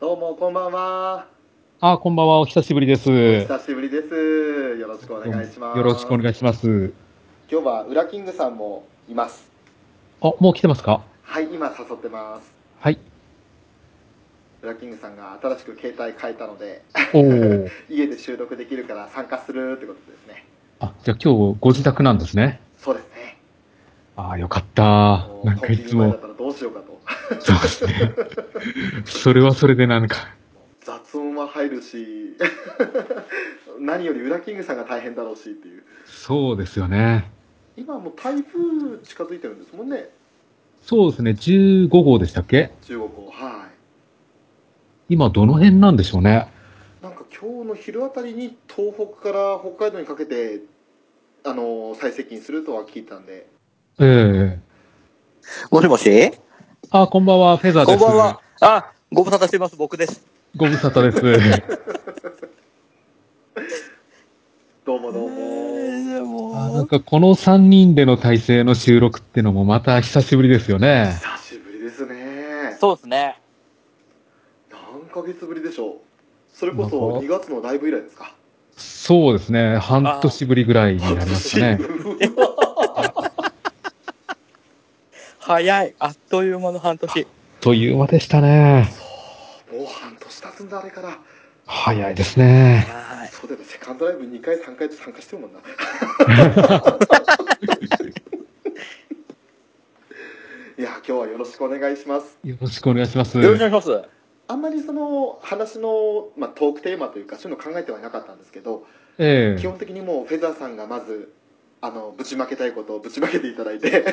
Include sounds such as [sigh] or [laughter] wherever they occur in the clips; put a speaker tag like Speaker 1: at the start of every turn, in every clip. Speaker 1: どうもこんばんは。
Speaker 2: あ、こんばんは。お久しぶりです。よ
Speaker 1: 久しぶりです。よろしくお願いします。
Speaker 2: ろしくお願いします。
Speaker 1: 今日はウラキングさんもいます。
Speaker 2: あ、もう来てますか
Speaker 1: はい、今誘ってます。
Speaker 2: はい。
Speaker 1: ウラキングさんが新しく携帯変えたので、 [laughs]
Speaker 2: おお。
Speaker 1: 家で収録できるから参加するってことですね。
Speaker 2: あ、じゃあ今日ご自宅なんですね。
Speaker 1: そうですね。
Speaker 2: あーよかった
Speaker 1: も。う
Speaker 2: なん
Speaker 1: コン
Speaker 2: か
Speaker 1: ビ
Speaker 2: い
Speaker 1: ニ
Speaker 2: つ
Speaker 1: 前だっ
Speaker 2: も、
Speaker 1: たらどうしようかと。
Speaker 2: そうですね。 [laughs] それはそれでなんか、
Speaker 1: 雑音は入るし、 [laughs] 何よりウラキングさんが大変だろうしっていう。
Speaker 2: そうですよね。
Speaker 1: 今もう台風近づいてるんですもんね。
Speaker 2: そうですね。15号でしたっけ
Speaker 1: 中国を。はい。
Speaker 2: 今どの辺なんでしょうね。
Speaker 1: なんか今日の昼あたりに東北から北海道にかけてあのー最接近するとは聞いたんで
Speaker 2: ええ
Speaker 3: もしもし
Speaker 2: あ、こんばんは。フェザー
Speaker 3: こ
Speaker 2: で
Speaker 3: ん
Speaker 2: す。
Speaker 3: ばんは。。あ、ご無沙汰してます、僕です。
Speaker 2: ご無沙汰です。
Speaker 1: どうもどうも、
Speaker 2: あー
Speaker 3: も
Speaker 2: なんかこの3人での体制の収録ってのもまた久しぶりですよね。
Speaker 1: 久しぶりですね
Speaker 3: そうですね。
Speaker 1: 何ヶ月ぶりでしょうそれこ
Speaker 2: な
Speaker 1: そ
Speaker 2: んか
Speaker 1: 2月のライブ以来ですか
Speaker 2: そうですね。半年ぶりぐらいになります
Speaker 1: [laughs]
Speaker 2: ね。
Speaker 3: 早い。あっという間の半年。
Speaker 2: という間でしたね。
Speaker 1: もう半年経つんだあれから
Speaker 2: 早いですね。
Speaker 3: はい。
Speaker 1: そうだよねセカンドライブ2回3回と参加してるも
Speaker 2: [laughs]
Speaker 1: んないや今日はよろしくお願いします
Speaker 2: よろしくお願いします。
Speaker 3: よろしくお願いします。
Speaker 1: あんまりその話の、まあ、トークテーマというかそういうの考えてはいなかったんですけど、
Speaker 2: え
Speaker 1: 基
Speaker 2: え
Speaker 1: 本的にもうフェザーさんがまずあのぶちまけたいことをぶちまけていただい [laughs] て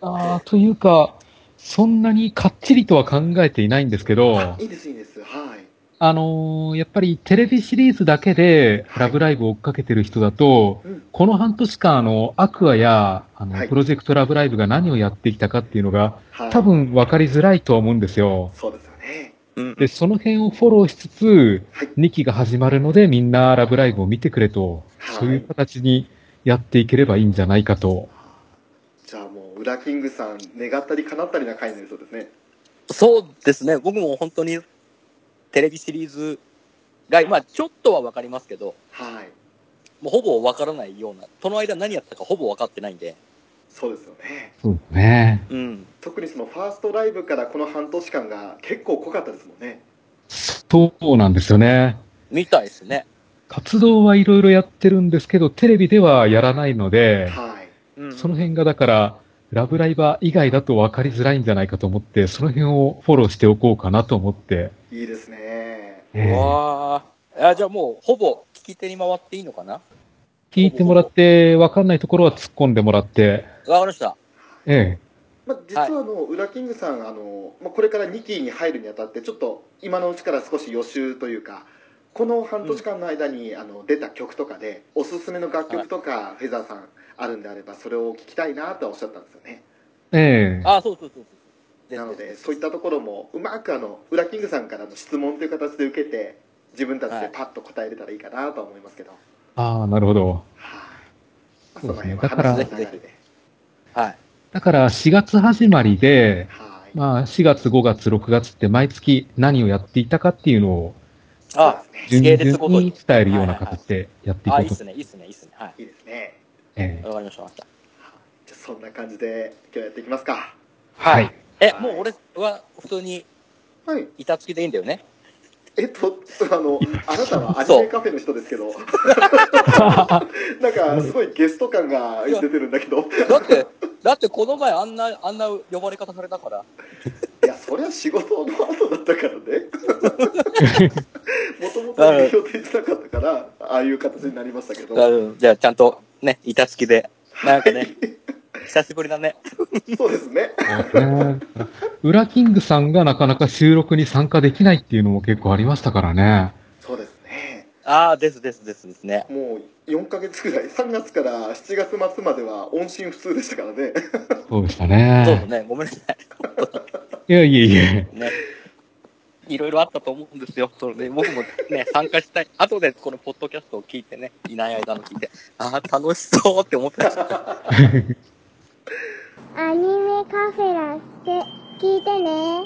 Speaker 2: ああ、というか、そんなにかっちりとは考えていないんですけど
Speaker 1: い、いですいいですはい
Speaker 2: あのーやっぱりテレビシリーズだけで、ラブライブを追っかけてる人だと、
Speaker 1: うん
Speaker 2: この半年間、あの、アクアや、あの、
Speaker 1: はい
Speaker 2: プロジェクトラブライブが何をやってきたかっていうのが、
Speaker 1: はい、
Speaker 2: 多分分かりづらいとは思うんですよ。
Speaker 1: そうですよね
Speaker 3: うん
Speaker 2: で、その辺をフォローしつつ、
Speaker 1: はい
Speaker 2: 2期が始まるので、みんなラブライブを見てくれと、
Speaker 1: はい
Speaker 2: そういう形にやっていければいいんじゃないかと。
Speaker 1: じゃあもうウラキングさん願ったり叶ったりな回になりそうですね
Speaker 3: そうですね。僕も本当にテレビシリーズが、まあちょっとはわかりますけど、
Speaker 1: はい
Speaker 3: もうほぼわからないような、その間何やってたかほぼ分かってないんで。
Speaker 1: そうですよね
Speaker 2: そうですね。
Speaker 3: うん。
Speaker 1: 特にそのファーストライブからこの半年間が結構濃かったですもんね
Speaker 2: そうなんですよね。
Speaker 3: みたいですね。
Speaker 2: 活動はいろいろやってるんですけど、テレビではやらないので、
Speaker 1: はい
Speaker 3: うん
Speaker 2: その辺がだから、ラブライバー以外だと分かりづらいんじゃないかと思って、その辺をフォローしておこうかなと思って。
Speaker 1: いいですね
Speaker 2: ええ
Speaker 3: わーあ。じゃあもうほぼ聞き手に回っていいのかな
Speaker 2: 聞いてもらって、分かんないところは突っ込んでもらって、
Speaker 3: わかりました。
Speaker 2: ええ
Speaker 1: まあ、実はあの、ウラキングさんあの、まあ、これから2期に入るにあたってちょっと今のうちから少し予習というかこの半年間の間に、あの出た曲とかでおすすめの楽曲とかフェザーさんあるんであればそれを聞きたいなとはおっしゃったんですよね
Speaker 2: ええ
Speaker 3: あ、そうそうそうそう。
Speaker 1: なのでそういったところもうまくあのウラキングさんからの質問という形で受けて自分たちでパッと答えれたらいいかなとは思いますけど、はい
Speaker 2: ああ、なるほど。
Speaker 1: まあその辺は話しながら
Speaker 2: そうですね
Speaker 3: だからぜひ
Speaker 1: で
Speaker 3: はい。
Speaker 2: だから4月始まりで、
Speaker 1: はい、
Speaker 2: まあ4月、5月、6月って毎月何をやっていたかっていうのを
Speaker 1: そ
Speaker 3: あ
Speaker 1: うですね
Speaker 2: 順
Speaker 3: 系
Speaker 2: 々
Speaker 3: 列ごとに
Speaker 2: に伝えるような形でやっていこ
Speaker 3: あ、
Speaker 2: う
Speaker 3: いいっ
Speaker 2: と
Speaker 3: す。ね、いいっすね、いいっすね。はい
Speaker 1: いですね
Speaker 2: え
Speaker 3: い。
Speaker 2: え
Speaker 3: わかりました、わかりまし
Speaker 1: じゃあそんな感じで今日やっていきますか
Speaker 3: た。
Speaker 2: はい。
Speaker 3: え、
Speaker 1: はい
Speaker 3: もう俺は普通に
Speaker 1: はい
Speaker 3: 板付きでいいんだよね。
Speaker 1: えっと、あの、あなたはアニメカフェの人ですけど、なんかすごいゲスト感が出てるんだけど、
Speaker 3: だって、だってこの前あんな、あんな呼ばれ方されたから。
Speaker 1: いや、それは仕事の後だったからね。もともと予定してなかったから、ああいう形になりましたけど、
Speaker 3: うんじゃあちゃんとね、板付きで。なんか
Speaker 2: [laughs]
Speaker 3: ね、久しぶりだね。
Speaker 1: そうですね。
Speaker 2: ね [laughs] ウラキングさんがなかなか収録に参加できないっていうのも結構ありましたからね。
Speaker 1: そうですね。
Speaker 3: ああ、ですですですですね。
Speaker 1: もう4ヶ月ぐらい、3月から7月末までは音信不通でしたからね。
Speaker 2: そうでした
Speaker 3: そうだ
Speaker 2: ね。
Speaker 3: ね、ごめんなさ
Speaker 2: いやいやいや。
Speaker 3: い。ね。いろいろあったと思うんですよ。それで僕もね、参加したい。後でこのポッドキャストを聞いてね、いない間の聞いて、ああ、楽しそうって思った。
Speaker 4: アニメカフェラって聞いてね。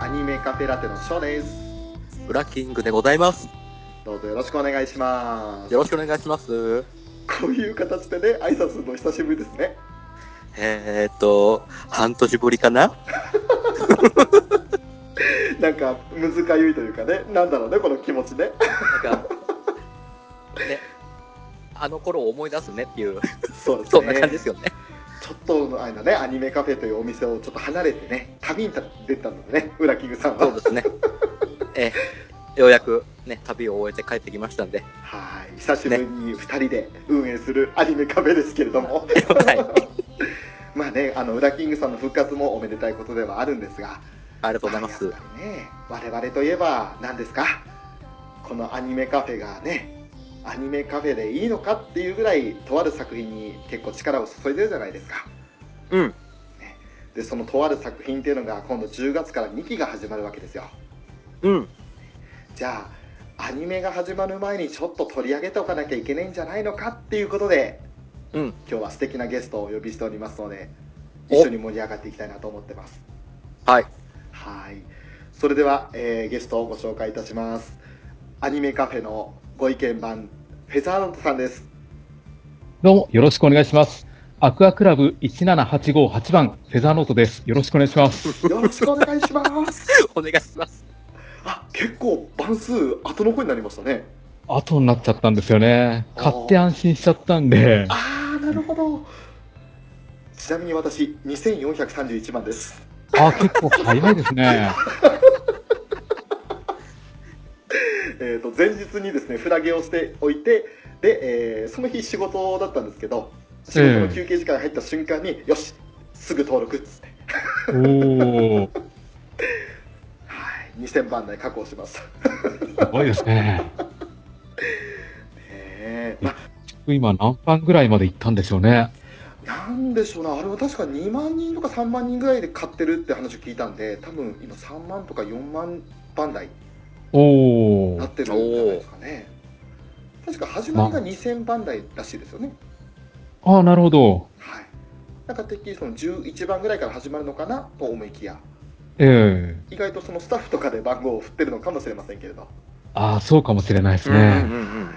Speaker 1: アニメカフェラテのショーです
Speaker 3: ブラッキングでございます。
Speaker 1: どうぞよろしくお願いします
Speaker 3: よろしくお願いします。
Speaker 1: こういう形でね挨拶するの久しぶりですね
Speaker 3: えーっと、半年ぶりかな
Speaker 1: なんか難かゆいというかねなんだろうねこの気持ち
Speaker 3: [laughs]
Speaker 1: ね
Speaker 3: なんか、ね、あの頃を思い出すねって [laughs] いう、
Speaker 1: そうです
Speaker 3: そんな感じで
Speaker 1: ね
Speaker 3: すよね。
Speaker 1: ちょっとの間ねアニメカフェというお店をちょっと離れてね旅に出たのでね裏キングさん
Speaker 3: そう
Speaker 1: は
Speaker 3: [laughs] ですね。えーようやくね、旅を終えて帰ってきましたんで。
Speaker 1: はい久しぶりに2人で運営するアニメカフェですけれども、
Speaker 3: はい。
Speaker 1: [laughs] まあねあの裏キングさんの復活もおめでたいことではあるんですが
Speaker 3: ありがとうございます。
Speaker 1: やっぱりね我々といえば何ですかこのアニメカフェがねアニメカフェでいいのかっていうぐらいとある作品に結構力を注いでるじゃないですか
Speaker 3: うん。
Speaker 1: でそのとある作品っていうのが今度10月から2期が始まるわけですよ
Speaker 3: うん。
Speaker 1: じゃあアニメが始まる前にちょっと取り上げておかなきゃいけないんじゃないのかっていうことで
Speaker 3: うん。
Speaker 1: 今日は素敵なゲストをお呼びしておりますので
Speaker 3: お
Speaker 1: 一緒に盛り上がっていきたいなと思ってます
Speaker 3: はい。 [laughs]
Speaker 1: はい。それでは、えーゲストをご紹介いたします。アニメカフェのご意見番、フェザーノートさんです。
Speaker 2: どうも、よろしくお願いします。アクアクラブ17858番、フェザーノートです。よろしくお願いします。
Speaker 1: よろしくお願いします。
Speaker 3: お願いします。
Speaker 1: あ、結構番数後の方になりましたね。
Speaker 2: 後になっちゃったんですよね。買って安心しちゃったんで、
Speaker 1: あー、なるほど。ちなみに私、2431番です。
Speaker 2: あ、結構早いですね。
Speaker 1: えっ、と、前日にですね、フラゲをしておいて、で、えーその日仕事だったんですけど、仕事の休憩時間が入った瞬間に、よし、すぐ登録っつって、
Speaker 2: おー、
Speaker 1: はい、2000番台確保しました。
Speaker 2: すごいですね。
Speaker 1: えー、まあ
Speaker 2: 今何番ぐらいまで行ったんでしょうね。
Speaker 1: なんでしょうな、あれは確か2万人とか3万人ぐらいで買ってるって話を聞いたんで、多分今3万とか4万番台
Speaker 2: お
Speaker 1: なっ
Speaker 2: ー、
Speaker 1: てるんじゃないですかね。確か始まりが2000番台らしいですよね。
Speaker 2: あー、なるほど。
Speaker 1: はい。なんかてっきりその11番ぐらいから始まるのかなと思いきや、
Speaker 2: ええ
Speaker 1: 意外とそのスタッフとかで番号を振ってるのかもしれませんけれど。は
Speaker 2: あー、そうかもしれないです
Speaker 3: うんうん
Speaker 2: ね。
Speaker 1: い
Speaker 3: うん
Speaker 1: ね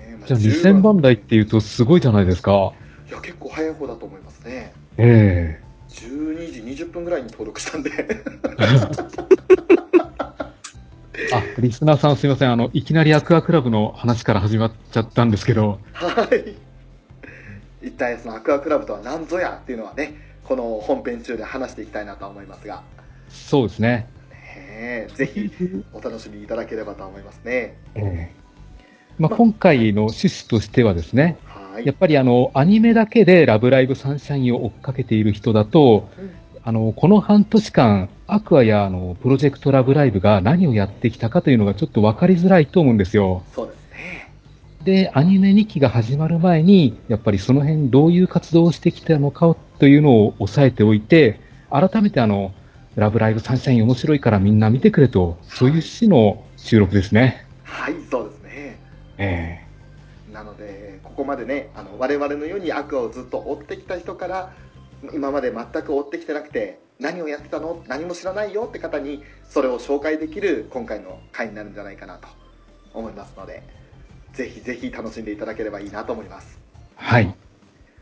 Speaker 1: えま
Speaker 2: じゃあ
Speaker 1: 10
Speaker 2: 2000番台っていうとすごいじゃないですか。
Speaker 1: いや、結構早い方だと思いますね。
Speaker 2: え
Speaker 1: 12時20分ぐらいに登録
Speaker 2: [laughs]
Speaker 1: したんで。
Speaker 2: えあ、リスナーさんすいません。あの、いきなりアクアクラブの話から始まっちゃったんですけど、
Speaker 1: はい。一体そのアクアクラブとは何ぞやっていうのはね、この本編中で話していきたいなと思いますが、
Speaker 2: そうですね。
Speaker 1: ねえぜひお楽しみいただければと思いますね。
Speaker 2: ええまあ、
Speaker 1: まあ
Speaker 2: 今回の趣旨としてはですね、
Speaker 1: はい。
Speaker 2: やっぱりあの、アニメだけでラブライブサンシャインを追っかけている人だと、
Speaker 1: うん
Speaker 2: あの、この半年間、アクアやあの、プロジェクトラブライブが何をやってきたかというのがちょっと分かりづらいと思うんですよ。
Speaker 1: そうですね。
Speaker 2: で、アニメ2期が始まる前に、やっぱりその辺どういう活動をしてきたのかというのを押さえておいて、改めてあの、ラブライブサンシャイン面白いからみんな見てくれと、そういう趣旨の収録ですね。
Speaker 1: はい、そうですね。
Speaker 2: え
Speaker 1: なので、ここまでね、あの我々のようにアクアをずっと追ってきた人から、今まで全く追ってきてなくて、何をやってたの何も知らないよって方に、それを紹介できる今回の回になるんじゃないかなと思いますので、ぜひぜひ楽しんでいただければいいなと思います。
Speaker 2: えはい。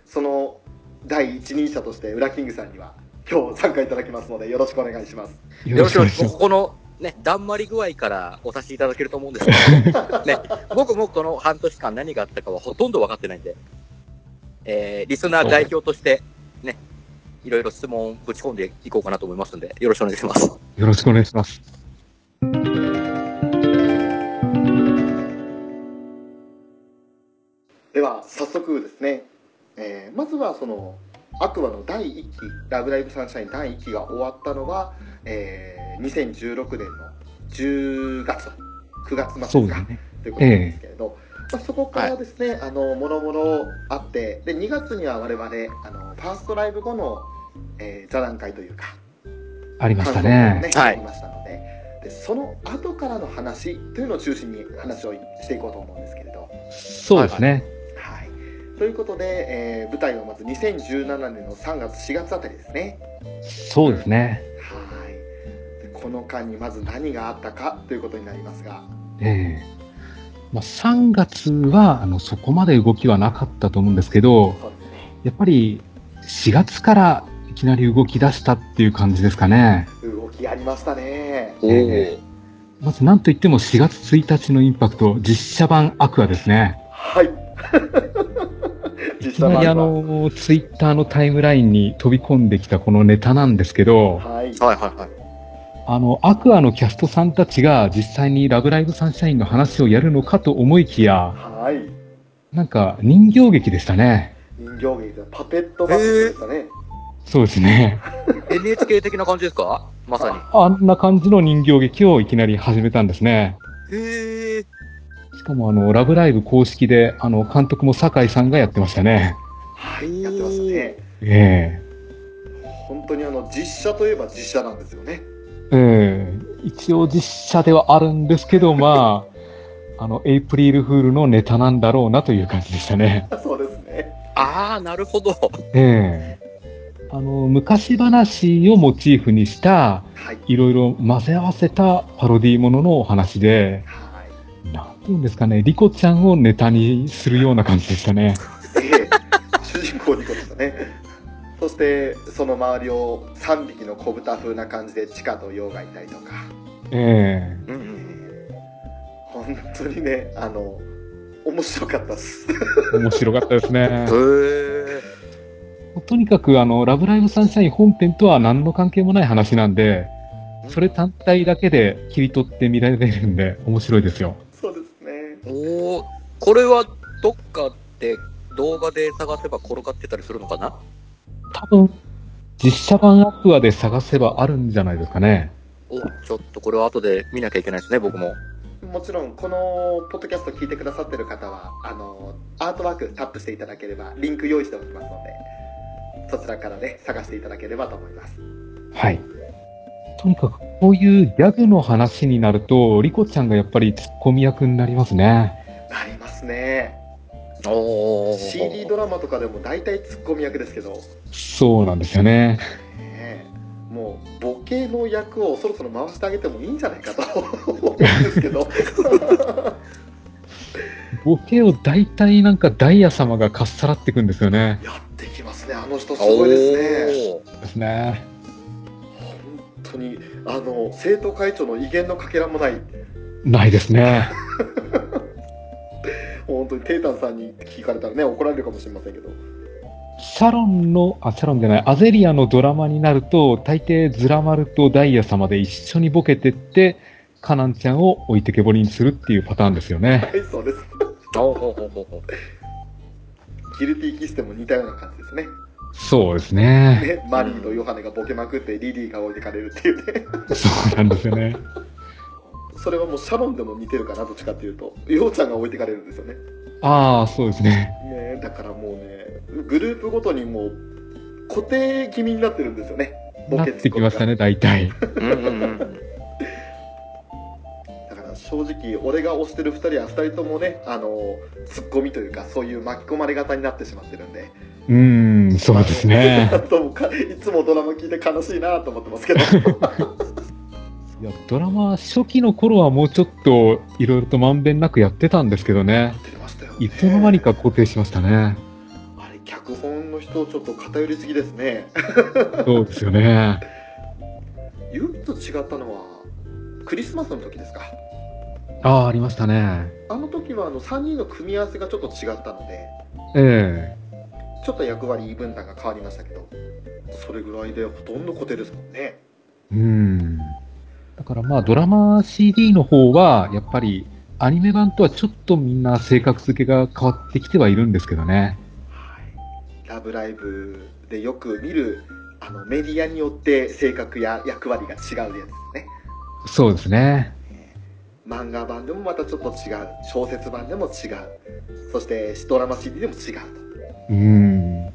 Speaker 1: その第一人者として、ウラキングさんには、今日参加いただきますので、よろしくお願いします。
Speaker 3: よろしくお願い
Speaker 2: し
Speaker 3: しま。
Speaker 2: ますす
Speaker 3: ここの、ね、だんまり具合からお察しいただけると思うんですけど、ね、僕もこの半年間何があったかはほとんど分かってないんで、えー、リスナー代表として、ね、いろいろ質問ぶち込んでいこうかなと思いますんで、よろしくお願いします。
Speaker 2: よろしくお願いします。
Speaker 1: では早速ですね、えーまずはそのアクアの第1期「ラブライブサンシャイン」第1期が終わったのは、えー2016年の10月9月末ですか
Speaker 2: そうですね。
Speaker 1: ということなんですけれど、まあ、そこからですね、あのもろもろあってで2月には我々あのファーストライブ後の、えー座談会というか
Speaker 2: ありました
Speaker 1: 感想
Speaker 2: ね。
Speaker 1: ね
Speaker 3: はい
Speaker 1: ありましたのででその後からの話というのを中心に話をしていこうと思うんですけれど。
Speaker 2: そうですね。
Speaker 1: はい、ということで、えー舞台はまず2017年の3月4月あたりですね
Speaker 2: そうですね。
Speaker 1: はいこの間にまず何があったかということになりますが
Speaker 2: ええまあ、3月はあのそこまで動きはなかったと思うんですけど、
Speaker 1: そうですね
Speaker 2: やっぱり4月からいきなり動き出したっていう感じですかね。
Speaker 1: 動きありましたね
Speaker 3: おー
Speaker 2: まずなんといっても4月1日のインパクト、実写版アクアですね。
Speaker 1: はい [laughs]
Speaker 2: いきなりあの、ツイッターのタイムラインに飛び込んできたこのネタなんですけど、
Speaker 1: はい
Speaker 3: はいはいはい。
Speaker 2: あの、アクアのキャストさんたちが実際にラブライブサンシャインの話をやるのかと思いきや、
Speaker 1: はい
Speaker 2: なんか人形劇でしたね。
Speaker 1: 人形劇だパペットマスクでしたね、
Speaker 2: そうですね。
Speaker 3: NHK 的な感じですかまさ
Speaker 2: あんな感じの人形劇をいきなり始めたんですね。
Speaker 3: に。へえ。
Speaker 2: しかもあの、ラブライブ公式で、あの、監督も酒井さんがやってましたね。
Speaker 1: はいやってましたね
Speaker 2: え
Speaker 1: 本当にあの実写といえば実写なんですよね [laughs]
Speaker 2: えええ一応実写ではあるんですけど、まあ、あ [laughs] の、エイプリルフールのネタなんだろうなという感じでしたね。
Speaker 1: そうですね
Speaker 3: ああ、なるほど。
Speaker 2: ええあの、昔話をモチーフにした、
Speaker 1: はい
Speaker 2: いろいろ混ぜ合わせたパロディーもののお話で、
Speaker 1: はい
Speaker 2: なんていうんですかね、リコちゃんをネタにするような感じでしたね。
Speaker 1: ええ主人公にこでしたねそしてその周りを3匹の小豚風な感じで地下とヨウがいたりとか
Speaker 2: え
Speaker 3: うん
Speaker 1: え
Speaker 3: うん。
Speaker 1: え本当にねあの面白かったっす
Speaker 2: え面白かったですね。
Speaker 3: へえ。
Speaker 2: [laughs] とにかく、あの、ラブライブサンシャイン本編とは何の関係もない話なんで、それ単体だけで切り取って見られるんで、面白いですよ。
Speaker 1: そうですね
Speaker 3: おお、これはどっかで動画で探せば転がってたりするのかな
Speaker 2: 多分、実写版アクアで探せばあるんじゃないですかね。
Speaker 3: おちょっとこれは後で見なきゃいけないですね、僕も。
Speaker 1: もちろんこのポッドキャスト聞いてくださってる方はあのアートワークタップしていただければリンク用意しておきますのでそちらからね探していただければと思います
Speaker 2: はい。とにかく、こういうギャグの話になると、リコちゃんがやっぱりツッコミ役になりますね。
Speaker 1: なりますね
Speaker 3: おお。
Speaker 1: CD ドラマとかでも大体ツッコミ役ですけど
Speaker 2: そうなんですよね。
Speaker 1: ねえもうボケの役をそろそろ回してあげてもいいんじゃないかと [laughs] 思うんですけど
Speaker 2: [laughs] ボケを大体なんかダイヤ様がかっさらっていくんですよね。
Speaker 1: やってきますねあの人すごいですね
Speaker 3: おー
Speaker 2: ですね。
Speaker 1: 本当にあの生徒会長の威厳のかけらもない
Speaker 2: ないですね。
Speaker 1: 本当にテータンさんに聞かれたらね怒られるかもしれませんけど
Speaker 2: サロンの、あ、サロンじゃない、アゼリアのドラマになると、大抵ズラマルとダイヤ様で一緒にボケてって、カナンちゃんを置いてけぼりにするっていうパターンですよね。
Speaker 1: はいそうです
Speaker 3: おーおーおーおーおー
Speaker 1: ギルティキステも似たような感じですね
Speaker 2: そうですね。
Speaker 1: ねマリーとヨハネがボケまくってリリーが置いてかれるっていうね
Speaker 2: そうなんですよね。
Speaker 1: それはもうシャロンでも似てるかなどっちかっていうとヨウちゃんが置いてかれるんですよね
Speaker 2: ああ、そうですね。
Speaker 1: ねえだからもうねグループごとにもう固定気味になってるんですよねボ
Speaker 2: なっ
Speaker 1: ケ
Speaker 2: てきましたね、大体。
Speaker 3: うんうんうん。
Speaker 1: だから正直俺が推してる2人は2人ともねあのツッコミというかそういう巻き込まれ方になってしまってるんで [laughs]
Speaker 2: うーん、そうですね。
Speaker 1: どうもかいつもドラマ聞いて悲しいなと思って
Speaker 2: [laughs]
Speaker 1: ますけど
Speaker 2: いや、ドラマ初期の頃はもうちょっと、いろいろとまんべんなくやってたんですけどね。
Speaker 1: 出ましたよね
Speaker 2: いつの間にか固定しましたね。
Speaker 1: あれ脚本の人ちょっと偏りすぎですね
Speaker 2: そうですよね。
Speaker 1: 唯一違ったのはクリスマスの時ですか
Speaker 2: ああ、ありましたね。
Speaker 1: あの時はあの3人の組み合わせがちょっと違ったので
Speaker 2: え
Speaker 1: ちょっと役割分担が変わりましたけどそれぐらいでほとんど固定ですもんね
Speaker 2: えうん。だからまあ、ドラマ CD の方は、やっぱり、アニメ版とはちょっとみんな性格付けが変わってきてはいるんですけどね。
Speaker 1: はい「ラブライブ!」でよく見るあのメディアによって性格や役割が違うやつですね
Speaker 2: そうですね。
Speaker 1: 漫画版でもまたちょっと違う小説版でも違うそしてドラマ CD でも違うと
Speaker 2: うん。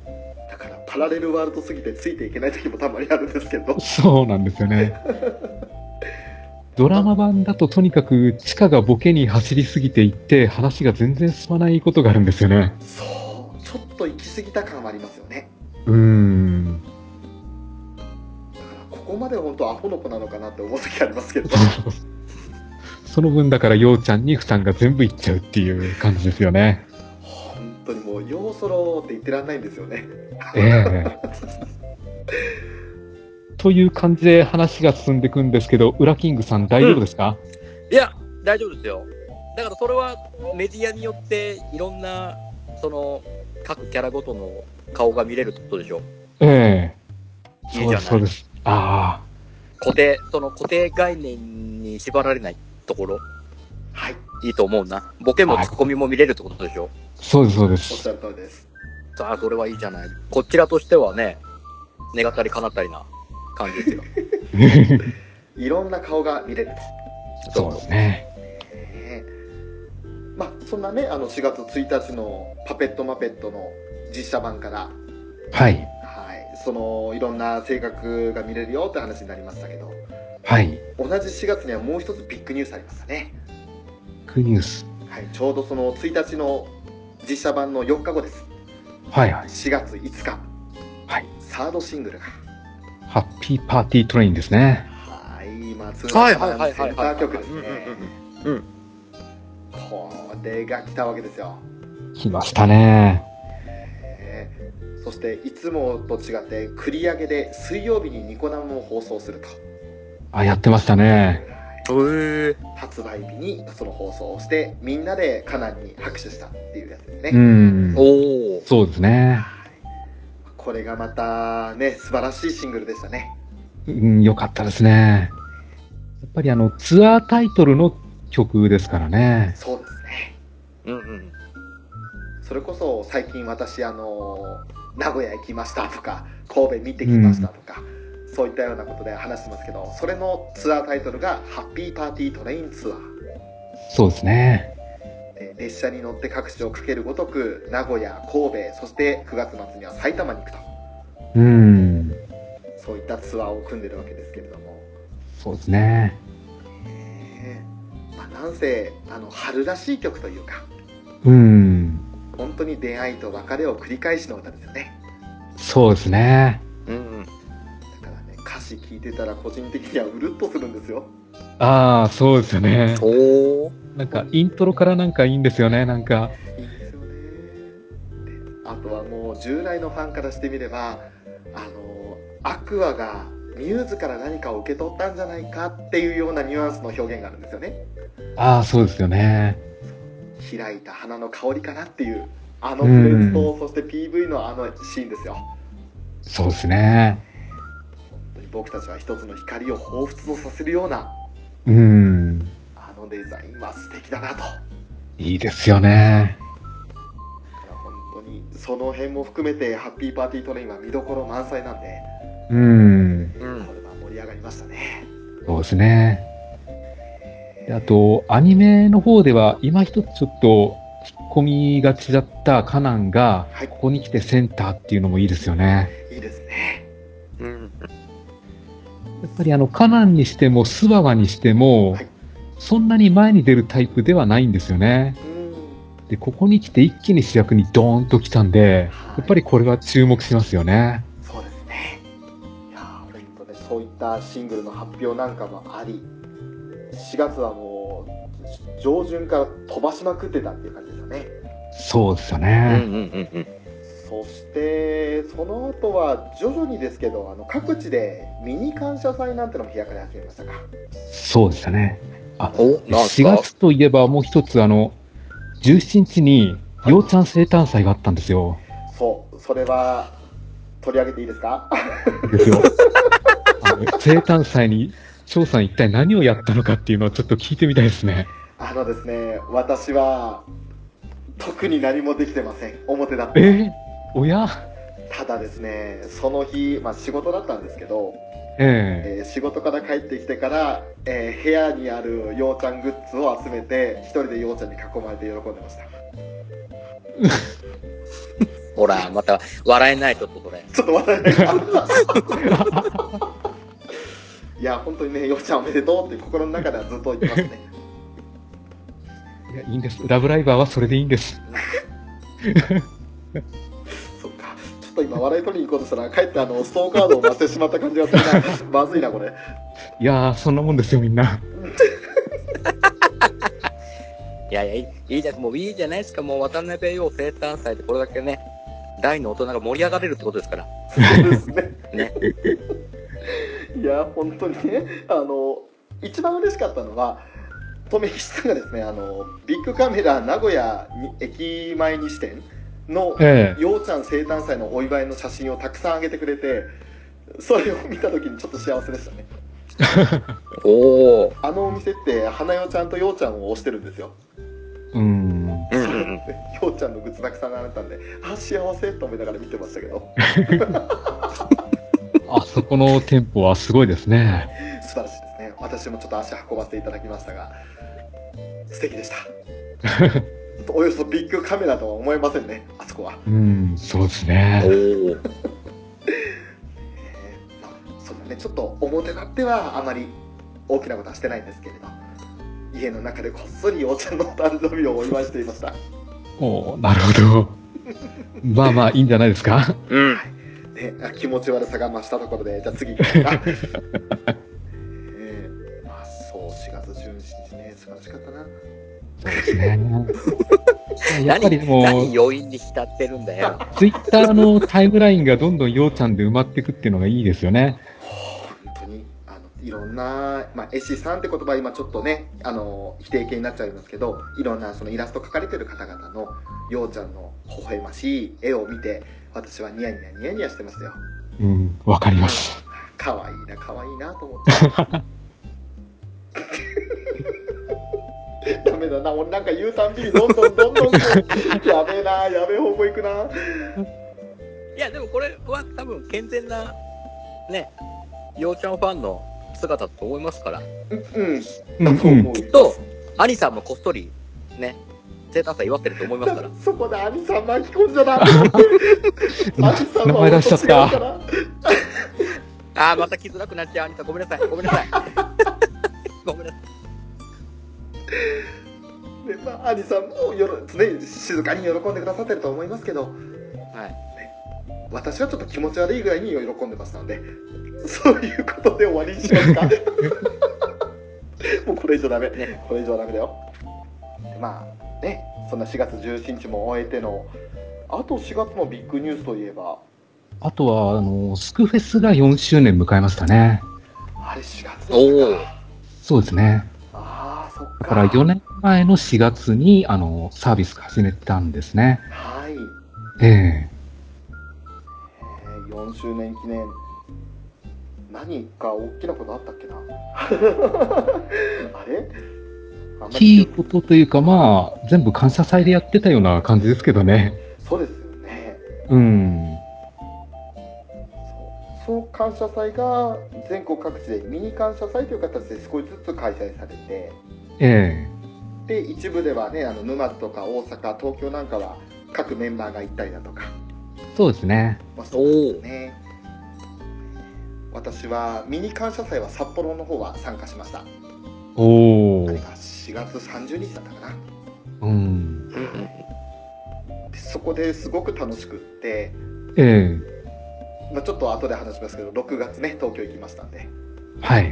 Speaker 1: だからパラレルワールドすぎてついていけない時もたまにあるんですけど
Speaker 2: そうなんですよね。ドラマ版だととにかく地下がボケに走りすぎていって話が全然進まないことがあるんですよね。
Speaker 1: そうちょっと行き過ぎた感はありますよね
Speaker 2: うーん。
Speaker 1: だからここまで本当アホの子なのかなって思う時ありますけど
Speaker 2: [laughs] その分だから、ようちゃんに負担が全部いっちゃうっていう感じですよね。
Speaker 1: 本当にもう「ようそろ」って言ってらんないんですよね
Speaker 2: ええ [laughs] という感じで話が進んでいくんですけど、ウラキングさん大丈夫ですか、
Speaker 3: いや、大丈夫ですよ。だからそれはメディアによっていろんな、その、各キャラごとの顔が見れるってことでしょ。
Speaker 2: ええ
Speaker 3: いい
Speaker 2: そう
Speaker 3: じ
Speaker 2: で
Speaker 3: ゃない
Speaker 2: す、そうです。あ
Speaker 3: 固定、その固定概念に縛られないところ、
Speaker 1: はい
Speaker 3: いいと思うな。ボケもツッコミも見れるってことでしょ。
Speaker 2: あ、そうです、そうで
Speaker 1: おっ
Speaker 2: す
Speaker 1: し。ゃる通りです
Speaker 3: さあ、それはいいじゃない。こちらとしてはね、願ったり叶ったりな感じですよ。
Speaker 1: いろんな顔が見れると
Speaker 2: そうですね。
Speaker 1: ねまあそんなねあの4月1日の「パペットマペット」の実写版から
Speaker 2: はい。
Speaker 1: はいそのいろんな性格が見れるよって話になりましたけど
Speaker 2: はい。
Speaker 1: 同じ4月にはもう一つビッグニュースありましたね
Speaker 2: クニュース。
Speaker 1: はいちょうどその1日の実写版の4日後です
Speaker 2: はいはい。
Speaker 1: 4月5日
Speaker 2: はい
Speaker 1: サードシングルが
Speaker 2: ハッピーパーティートレインですね。
Speaker 1: はい松浦
Speaker 3: はいはい
Speaker 1: さんのセ
Speaker 3: はいはい
Speaker 1: ンタ
Speaker 3: はい。
Speaker 1: ー曲ですね
Speaker 3: うんうんうんうん
Speaker 1: これが来たわけですよ
Speaker 2: 来ましたね。
Speaker 1: ねそしていつもと違って繰り上げで水曜日にニコ生を放送すると
Speaker 2: あ、やってましたね。
Speaker 3: うん。へえ。
Speaker 1: 発売日にその放送をしてみんなでカナンに拍手したっていうやつですね、
Speaker 2: うん。
Speaker 3: おー。
Speaker 2: そうですね。
Speaker 1: これがまたね素晴らしいシングルでしたね
Speaker 2: うん、よかったですね。やっぱりあの、ツアータイトルの曲ですからね。
Speaker 1: そうですね
Speaker 3: うんうん。
Speaker 1: それこそ最近私あの名古屋行きましたとか神戸見てきましたとか、そういったようなことで話してますけどそれのツアータイトルが「ハッピーパーティートレインツアー」
Speaker 2: そうですね。
Speaker 1: えー列車に乗って各地を駆けるごとく名古屋神戸そして9月末には埼玉に行くと
Speaker 2: うん。
Speaker 1: そういったツアーを組んでるわけですけれども、
Speaker 2: そうですね。
Speaker 1: えーまあ、なんせあの春らしい曲というか
Speaker 2: うん。
Speaker 1: 本当に出会いと別れを繰り返しの歌ですよね
Speaker 2: そうですね。
Speaker 3: うんうん。
Speaker 1: だからね歌詞聴いてたら個人的にはうるっとするんですよ
Speaker 2: ああ、そうですよね。
Speaker 3: おー。
Speaker 2: なんか、イントロからなんかいいんですよね、なんか。
Speaker 1: いいですよねであとはもう従来のファンからしてみればあのアクアがミューズから何かを受け取ったんじゃないかっていうようなニュアンスの表現があるんですよね
Speaker 2: ああ、そうですよね。
Speaker 1: 開いた花の香りかなっていうあのフレーズと、そして PV のあのシーンですよ
Speaker 2: そうですね。
Speaker 1: 本当に僕たちは一つの光を彷彿とさせるような
Speaker 2: うん。
Speaker 1: あのデザインは素敵だなとだか
Speaker 2: いいですよね。
Speaker 1: ら本当にその辺も含めてハッピーパーティートレインは見どころ満載なんで
Speaker 2: うん。
Speaker 3: うん
Speaker 1: こ。れは盛り上がりましたね
Speaker 2: そうですね。であと、アニメの方では、今一つちょっと、引っ込みがちだったカナンが、
Speaker 1: はい
Speaker 2: ここに来てセンターっていうのもいいですよね。
Speaker 1: いいですね
Speaker 3: うん。
Speaker 2: やっぱりあの、カナンにしても、スワワにしても
Speaker 1: はい、
Speaker 2: そんなに前に出るタイプではないんですよね。
Speaker 1: うん
Speaker 2: で、ここに来て一気に主役にドーンと来たんで
Speaker 1: はい、
Speaker 2: やっぱりこれは注目しますよね。
Speaker 1: そうですねいやー本当ねそういったシングルの発表なんかもあり4月はもう上旬から飛ばしまくってたっていう感じですよね
Speaker 2: そうですよ
Speaker 3: うんう
Speaker 2: ね。
Speaker 3: んうん。
Speaker 1: そしてその後は徐々にですけどあの各地でミニ感謝祭なんてのも開かれ始めましたか
Speaker 2: そうでしたね。あ
Speaker 3: お、なんす
Speaker 2: 4
Speaker 3: か
Speaker 2: 月といえばもう一つあの17日に
Speaker 1: はい
Speaker 2: ようちゃん生誕祭があったんですよ。
Speaker 1: そうそれは取り上げていいですか [laughs]
Speaker 2: ですよ。あの生誕祭に翔さん一体何をやったのかっていうのはちょっと聞いてみたいですね。
Speaker 1: あのですね私は特に何もできてません表だって
Speaker 2: えおや
Speaker 1: ただですねその日、まあ、仕事だったんですけど、
Speaker 2: ええ
Speaker 1: えー仕事から帰ってきてから、えー部屋にあるようちゃんグッズを集めて一人でようちゃんに囲まれて喜んでました
Speaker 3: ほら、また、笑えない、ちょっとこれ。
Speaker 1: ちょっと笑えないかいや本当にねようちゃんおめでとうって心の中ではずっと言ってますね
Speaker 2: いやいいんです。ラブライバーはそれでいいんです。
Speaker 1: そっかちょっと今笑い取りに行こうとしたらかえってあのストーカードを回してしまった感じがするなまずいなこれ
Speaker 2: いやー、そんなもんですよ、みんな。
Speaker 3: いやいや、いいいいじゃん、もういいじゃないですか、もう渡辺陽生誕祭でこれだけね、大の大人が盛り上がれるってことですから。
Speaker 1: そうですね
Speaker 3: ね
Speaker 1: いや本当にねあの一番嬉しかったのは富吉さんがですねあのビッグカメラ名古屋に駅前に支店の
Speaker 2: ええ
Speaker 1: ようちゃん生誕祭のお祝いの写真をたくさんあげてくれてそれを見た時にちょっと幸せでしたね
Speaker 3: おお。
Speaker 1: あのお店って花代ちゃんとようちゃんを推してるんですよ
Speaker 2: うん。
Speaker 3: うんう
Speaker 1: それ
Speaker 3: ん
Speaker 1: でようちゃんのグッズたくさん並べたんであ幸せと思いながら見てましたけど
Speaker 2: あそこの店舗はすごいですね。
Speaker 1: 素晴らしいですね私もちょっと足運ばせていただきましたが素敵でしたおよそビッグカメラとは思えませんねあそこは、
Speaker 2: うん、そうです
Speaker 3: うん。
Speaker 2: ね。
Speaker 3: おお。
Speaker 1: えーまあ、そんなねちょっと表立ってはあまり大きなことはしてないんですけれど家の中でこっそりおちゃんの誕生日をお祝いしていました
Speaker 2: おーなるほ [laughs] ど。まあまあ、いいんじゃないですか。
Speaker 3: うん。
Speaker 1: ね、あ気持ち悪さが増したところで、じゃあ次行きますか。えーまあそう、4月17日ね、素晴らしかったな。
Speaker 2: ねやっぱ
Speaker 3: 何、
Speaker 2: りでも
Speaker 3: 何、余韻に浸ってるんだよ。
Speaker 2: ツイッターのタイムラインがどんどんようちゃんで埋まっていくっていうのがいいですよね。
Speaker 1: 本当に、あのいろんな、まあ、絵師さんって言葉、今ちょっとね、あの否定形になっちゃいますけど、いろんなそのイラスト描かれてる方々の、ようちゃんの微笑ましい絵を見て、私はニヤニヤニヤニヤしてましたよ。
Speaker 2: うん、わかります。
Speaker 1: 可愛いな可愛いなと思って [laughs] ダメだな俺なんか言うたんびにどんどんどんどんこうやべえなやべえ方向行くない
Speaker 3: や、でもこれは多分健全な、ね、ようちゃんファンの姿だと思いますから。
Speaker 1: うん
Speaker 2: うん、。
Speaker 1: そううん
Speaker 3: きっと、アニさんもこっそり、ね、生誕祭祝ってると思いますから。
Speaker 1: そこで兄さん巻き込んじゃダメ兄さん
Speaker 2: [laughs] 名
Speaker 1: は
Speaker 2: 前出しちゃっ
Speaker 1: 音違うか
Speaker 2: た。
Speaker 1: ら
Speaker 3: [laughs] ああ、また来づらくなっちゃう、アニさん。ごめんなさい。ごめんなさい。 [laughs] ごめんなさい。
Speaker 1: でまあ兄さんもよろ、ね、静かに喜んでくださってると思いますけど
Speaker 3: はい。
Speaker 1: 私はちょっと気持ち悪いぐらいに喜んでましたのでそういうことで終わりにします
Speaker 2: [laughs]
Speaker 1: かもうこれ以上ダメ
Speaker 3: ね
Speaker 1: これ以上ダメだよでまあねそんな4月17日も終えてのあと4月のビッグニュースといえば
Speaker 2: あとは、あの、スクフェスが4周年迎えましたね。
Speaker 1: あれ4月で
Speaker 3: お
Speaker 1: し
Speaker 3: お
Speaker 1: たか
Speaker 2: そうですね。
Speaker 1: ああそっか
Speaker 2: だから4年前の4月に、あの、サービス始めたんですね。
Speaker 1: はい、え
Speaker 2: え
Speaker 1: ー、4周年記念何か大きなことあったっけな [laughs] あれあん
Speaker 2: え
Speaker 1: ま
Speaker 2: い
Speaker 1: り
Speaker 2: いことというか、まあ、全部感謝祭でやってたような感じですけどね。
Speaker 1: そうですよね
Speaker 2: うん。
Speaker 1: そうその感謝祭が全国各地でミニ感謝祭という形で少しずつ開催されて
Speaker 2: え
Speaker 1: で一部ではねあの沼津とか大阪東京なんかは各メンバーが行ったりだとか、
Speaker 2: えそうですね。
Speaker 1: まあ、そう
Speaker 3: おお。
Speaker 1: ね私はミニ感謝祭は札幌の方は参加しました
Speaker 2: お
Speaker 1: あれ
Speaker 2: ー。
Speaker 1: が4月30日だったかな
Speaker 2: うん。
Speaker 1: でそこですごく楽しくって、
Speaker 2: ええ
Speaker 1: まあ、ちょっと後で話しますけど6月ね東京行きましたんで、
Speaker 2: はい。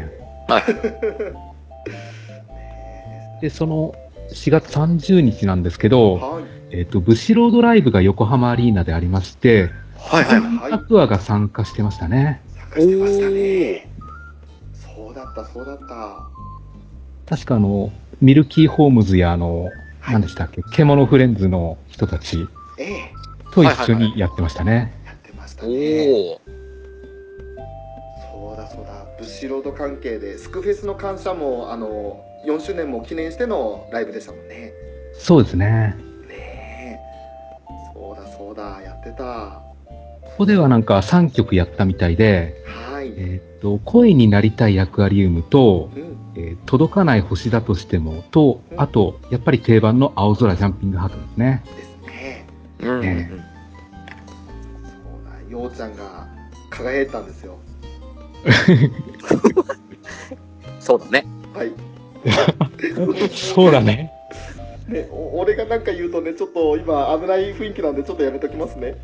Speaker 1: え
Speaker 2: で、その4月30日なんですけど、
Speaker 1: ーはい
Speaker 2: えっ、と、ブシロードライブが横浜アリーナでありまして、
Speaker 3: はいはいは
Speaker 1: はい
Speaker 2: アクアが参加してましたね。
Speaker 1: 参加してましたねそうだったそうだった
Speaker 2: 確かあの、ミルキーホームズやあの、
Speaker 1: はい
Speaker 2: 何でしたっけ、獣フレンズの人たち
Speaker 1: え
Speaker 2: と一緒にやってましたね。
Speaker 1: えやってました
Speaker 3: お
Speaker 1: ね
Speaker 3: お。
Speaker 1: そうだそうだブシロード関係でスクフェスの感謝もあの4周年も記念してのライブでしたもんね
Speaker 2: そうですね。
Speaker 1: ねえそうだそうだやってたは
Speaker 2: ここではなんか3曲やったみたいで、
Speaker 1: い、
Speaker 2: えっ、と、恋になりたいアクアリウムと、
Speaker 1: うん
Speaker 2: えー届かない星だとしてもと、
Speaker 1: うん
Speaker 2: あと、やっぱり定番の青空ジャンピングハートですね。
Speaker 1: ですね
Speaker 3: うん
Speaker 2: ね
Speaker 1: そうだようちゃんが輝いたんですよ
Speaker 3: そうだね。
Speaker 1: はい
Speaker 2: そうだね。
Speaker 1: ね、お俺がなんか言うとねちょっと今危ない雰囲気なんでちょっとやめときますね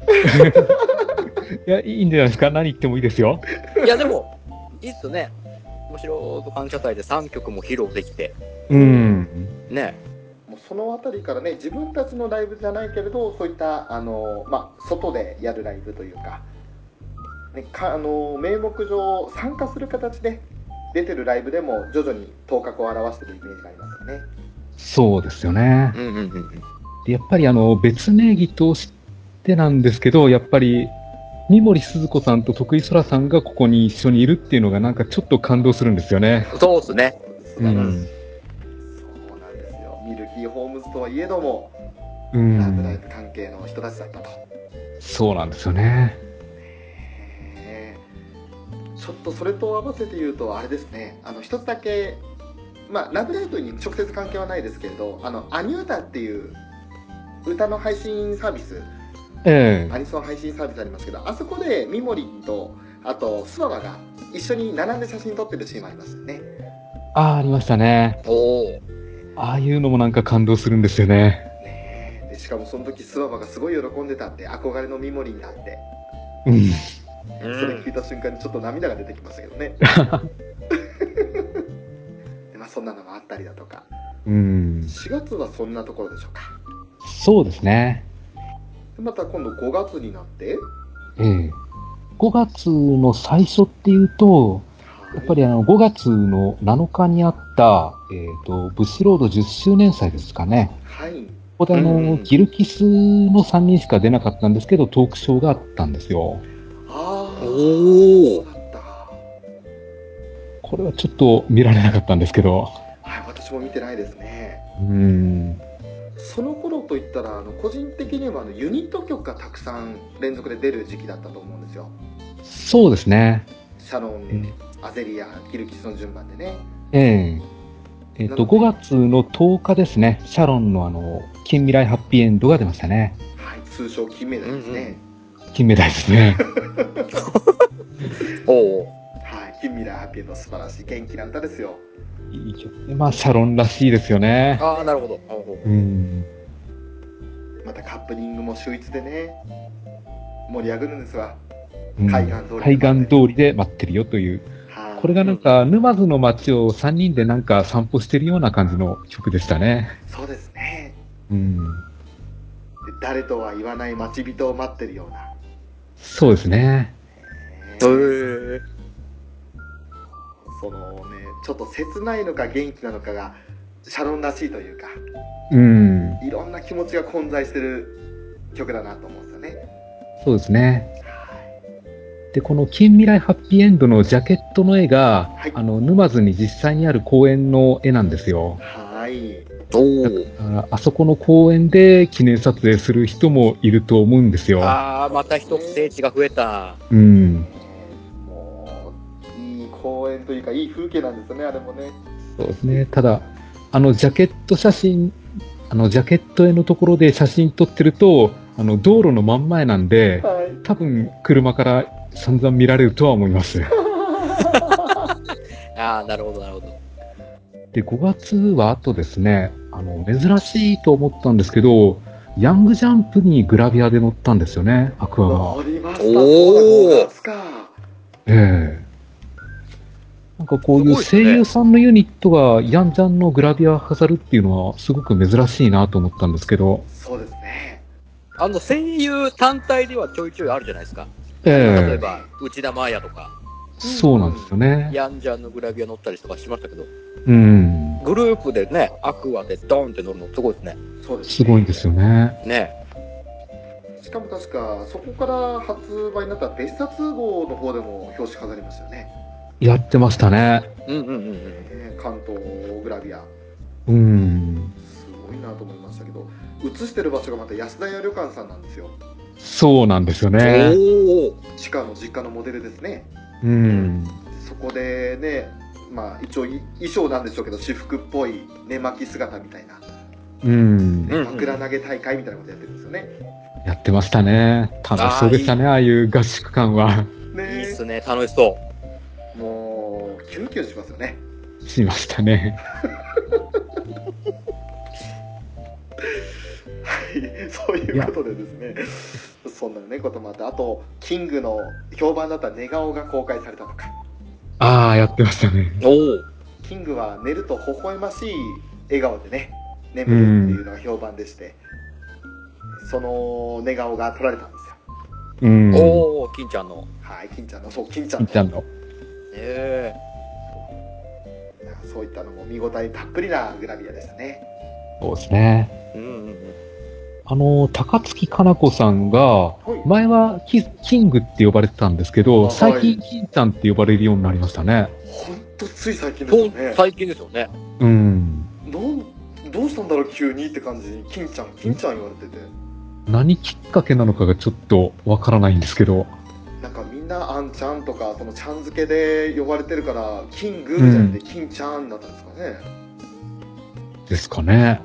Speaker 2: いや、いいんじゃないですか。何言ってもいいですよ。
Speaker 3: いや、でも、いいっすね。面白い感謝祭で3曲も披露できて、
Speaker 2: うん。
Speaker 3: ね。
Speaker 1: もうその辺りからね自分たちのライブじゃないけれどそういったあの、まあ、外でやるライブというか,、ね、かあの名目上参加する形で出てるライブでも徐々に頭角を現してるイメージがありますよね。
Speaker 2: そうですよね。
Speaker 3: うんうんうんうん。
Speaker 2: でやっぱりあの別名義としてなんですけど、やっぱり三森すず子さんと徳井空さんがここに一緒にいるっていうのがなんかちょっと感動するんですよね。
Speaker 3: そうっすね。
Speaker 1: 素
Speaker 2: う
Speaker 1: 晴らしい
Speaker 2: ん。
Speaker 1: そうなんですよミルキーホームズとはいえども、
Speaker 2: う
Speaker 1: ラブライ
Speaker 2: ん。
Speaker 1: ブ関係の人たちだったと。
Speaker 2: そうなんですよね。
Speaker 1: へーちょっとそれと合わせて言うとあれですねあの一つだけ、まあ「ラブライブ!」に直接関係はないですけれど「あのアニュータ」っていう歌の配信サービス
Speaker 2: え
Speaker 1: アニソン配信サービスありますけどあそこでミモリンとあとスワワが一緒に並んで写真撮ってるシーンもありましたよね
Speaker 2: えああ、ありましたね。
Speaker 3: おお。
Speaker 2: ああいうのもなんか感動するんですよね。
Speaker 1: ねえでしかもその時スワワがすごい喜んでたんで憧れのミモリンなんて
Speaker 2: うん。
Speaker 3: う
Speaker 1: それ聞
Speaker 3: ん
Speaker 1: いた瞬間にちょっと涙が出てきましたけど
Speaker 3: [laughs]
Speaker 1: ねでまあそんなのがあったりだとか
Speaker 2: うん。
Speaker 1: 4月はそんなところでしょうか
Speaker 2: そうですね。
Speaker 1: でまた今度5月になって
Speaker 2: ええ5月の最初っていうと、やっぱりあの5月の7日にあった、えっ、と、ブシロード10周年祭ですかね。
Speaker 1: はい
Speaker 2: ここであの、
Speaker 3: うん
Speaker 2: ギルキスの3人しか出なかったんですけど、トークショーがあったんですよ。
Speaker 1: ああ
Speaker 3: お
Speaker 1: そうだったは
Speaker 2: これはちょっと見られなかったんですけど。
Speaker 1: い私も見てないですね
Speaker 2: うん。
Speaker 1: その頃といったらあの個人的にはあのユニット曲がたくさん連続で出る時期だったと思うんですよ
Speaker 2: そうですね。
Speaker 1: シャロ
Speaker 2: うん
Speaker 1: ン、アゼリア、キルキスの順番でね
Speaker 2: えええっ、と、5月の10日ですね。シャロンのあの、近未来ハッピーエンドが出ましたね。
Speaker 1: はい通称金メダルですね、
Speaker 2: 金メダルですね。
Speaker 3: おお。
Speaker 1: はい金未来ハッピーエンド素晴らしい元気な歌ですよ
Speaker 2: いい曲でまあ、シャロンらしいですよね。
Speaker 3: ああ、なるほど。おうおう
Speaker 2: うん。
Speaker 1: またカップニングも秀逸でね盛り上がるんですわ
Speaker 2: うん
Speaker 1: 海岸通り
Speaker 2: 海岸通りで待ってるよという。
Speaker 1: はい
Speaker 2: これがなんか、沼津の街を3人でなんか散歩してるような感じの曲でしたね。
Speaker 1: そうですね
Speaker 2: うん。
Speaker 1: で誰とは言わない待ち人を待ってるような、
Speaker 2: そうですね。
Speaker 1: ね
Speaker 3: へえ。
Speaker 1: そのねちょっと切ないのか元気なのかがシャロンらしいというか
Speaker 2: うん。
Speaker 1: いろんな気持ちが混在してる曲だなと思うんですよね
Speaker 2: そうですね。で、この近未来ハッピーエンドのジャケットの絵が、
Speaker 1: はい
Speaker 2: あの、沼津に実際にある公園の絵なんですよ。
Speaker 1: はい
Speaker 3: お
Speaker 2: ああそこの公園で記念撮影する人もいると思うんですよ
Speaker 3: お。。ああ、また一つ聖地が増えた。
Speaker 2: うん。
Speaker 1: もういい公園というかいい風景なんですよねあれもね
Speaker 2: そうですね。ただ、あの、ジャケット写真、あの、ジャケット絵のところで写真撮ってると、あの、道路の真ん前なんで、
Speaker 1: はい
Speaker 2: 多分、車から散々見られるとは思います。
Speaker 3: ああ、なるほど、なるほど。
Speaker 2: で、5月はあとですね、あの、珍しいと思ったんですけど、ヤングジャンプにグラビアで乗ったんですよね、アクアが。
Speaker 1: ありました
Speaker 3: おー
Speaker 1: そうだそうか
Speaker 2: ええなんかこういう
Speaker 3: す
Speaker 2: 声
Speaker 3: ごいですね
Speaker 2: 優さんのユニットがヤンジャンのグラビア飾るっていうのはすごく珍しいなと思ったんですけど、
Speaker 1: そうですね
Speaker 3: あの、声優単体ではちょいちょいあるじゃないですか。例え
Speaker 2: ええ
Speaker 3: ば、内田真礼とか、
Speaker 2: そうなんですよね。
Speaker 3: ヤンジャンのグラビア乗ったりとかしましたけど、
Speaker 2: うん。
Speaker 3: グループでね、アクアでドンって乗るのすごいですね。
Speaker 1: そうですね
Speaker 2: すごいんですよね。
Speaker 3: ね。
Speaker 1: しかも確かそこから発売になった別冊号の方でも表紙飾りましたよね
Speaker 2: やってましたね。
Speaker 3: うんうんうんうん。
Speaker 1: ね関東グラビア
Speaker 2: うん。
Speaker 1: すごいなと思いましたけど写してる場所がまた安田屋旅館さんなんですよ
Speaker 2: そうなんですよね。
Speaker 3: おお。
Speaker 1: 地下の実家のモデルですね
Speaker 2: うん。
Speaker 1: そこでねまあ一応い衣装なんでしょうけど私服っぽい寝巻き姿みたいな、ね
Speaker 2: うん。
Speaker 3: うんうん
Speaker 1: 枕投げ大会みたいなことやってるんですよね
Speaker 2: やってましたね。楽しそうでしたね、ああいう合宿感は。
Speaker 3: いい
Speaker 1: ね
Speaker 3: っすね、楽しそ
Speaker 1: もうキュンキュンしますよね [laughs]
Speaker 2: しましたね。
Speaker 1: はいそういうことでですね、そんなねこともあってあとキングの評判だった寝顔が公開されたとか
Speaker 2: ああ、やってましたね。
Speaker 3: おお。
Speaker 1: キングは寝ると微笑ましい笑顔でね眠るっていうのが評判でして、その寝顔が撮られたんですよ
Speaker 2: うん。
Speaker 3: おお、金ちゃんの。
Speaker 1: はい金ちゃんのそう金ちゃん
Speaker 2: 金
Speaker 1: の
Speaker 2: ちゃんの。
Speaker 3: え
Speaker 1: そういったのも見応えたっぷりなグラビアでしたね
Speaker 2: そうですね。
Speaker 3: えうんうんうん。
Speaker 2: あの、高槻かな子さんが、
Speaker 1: はい
Speaker 2: 前はキキングって呼ばれてたんですけ
Speaker 1: は
Speaker 2: ど、
Speaker 1: い
Speaker 2: 最近金ちゃんって呼ばれるようになりましたね。
Speaker 1: ほんとつい最近です
Speaker 3: と
Speaker 1: よね
Speaker 3: 最近ですよね。
Speaker 2: うん。
Speaker 1: どうどうしたんだろう急にって感じに金ちゃん金ちゃん言われてて
Speaker 2: 何きっかけなのかがちょっとわからないんですけど。
Speaker 1: なんかみんなあんちゃんとかそのちゃん付けで呼ばれてるからキングじゃなくて金ちゃんだったんですかね、
Speaker 2: ですかね。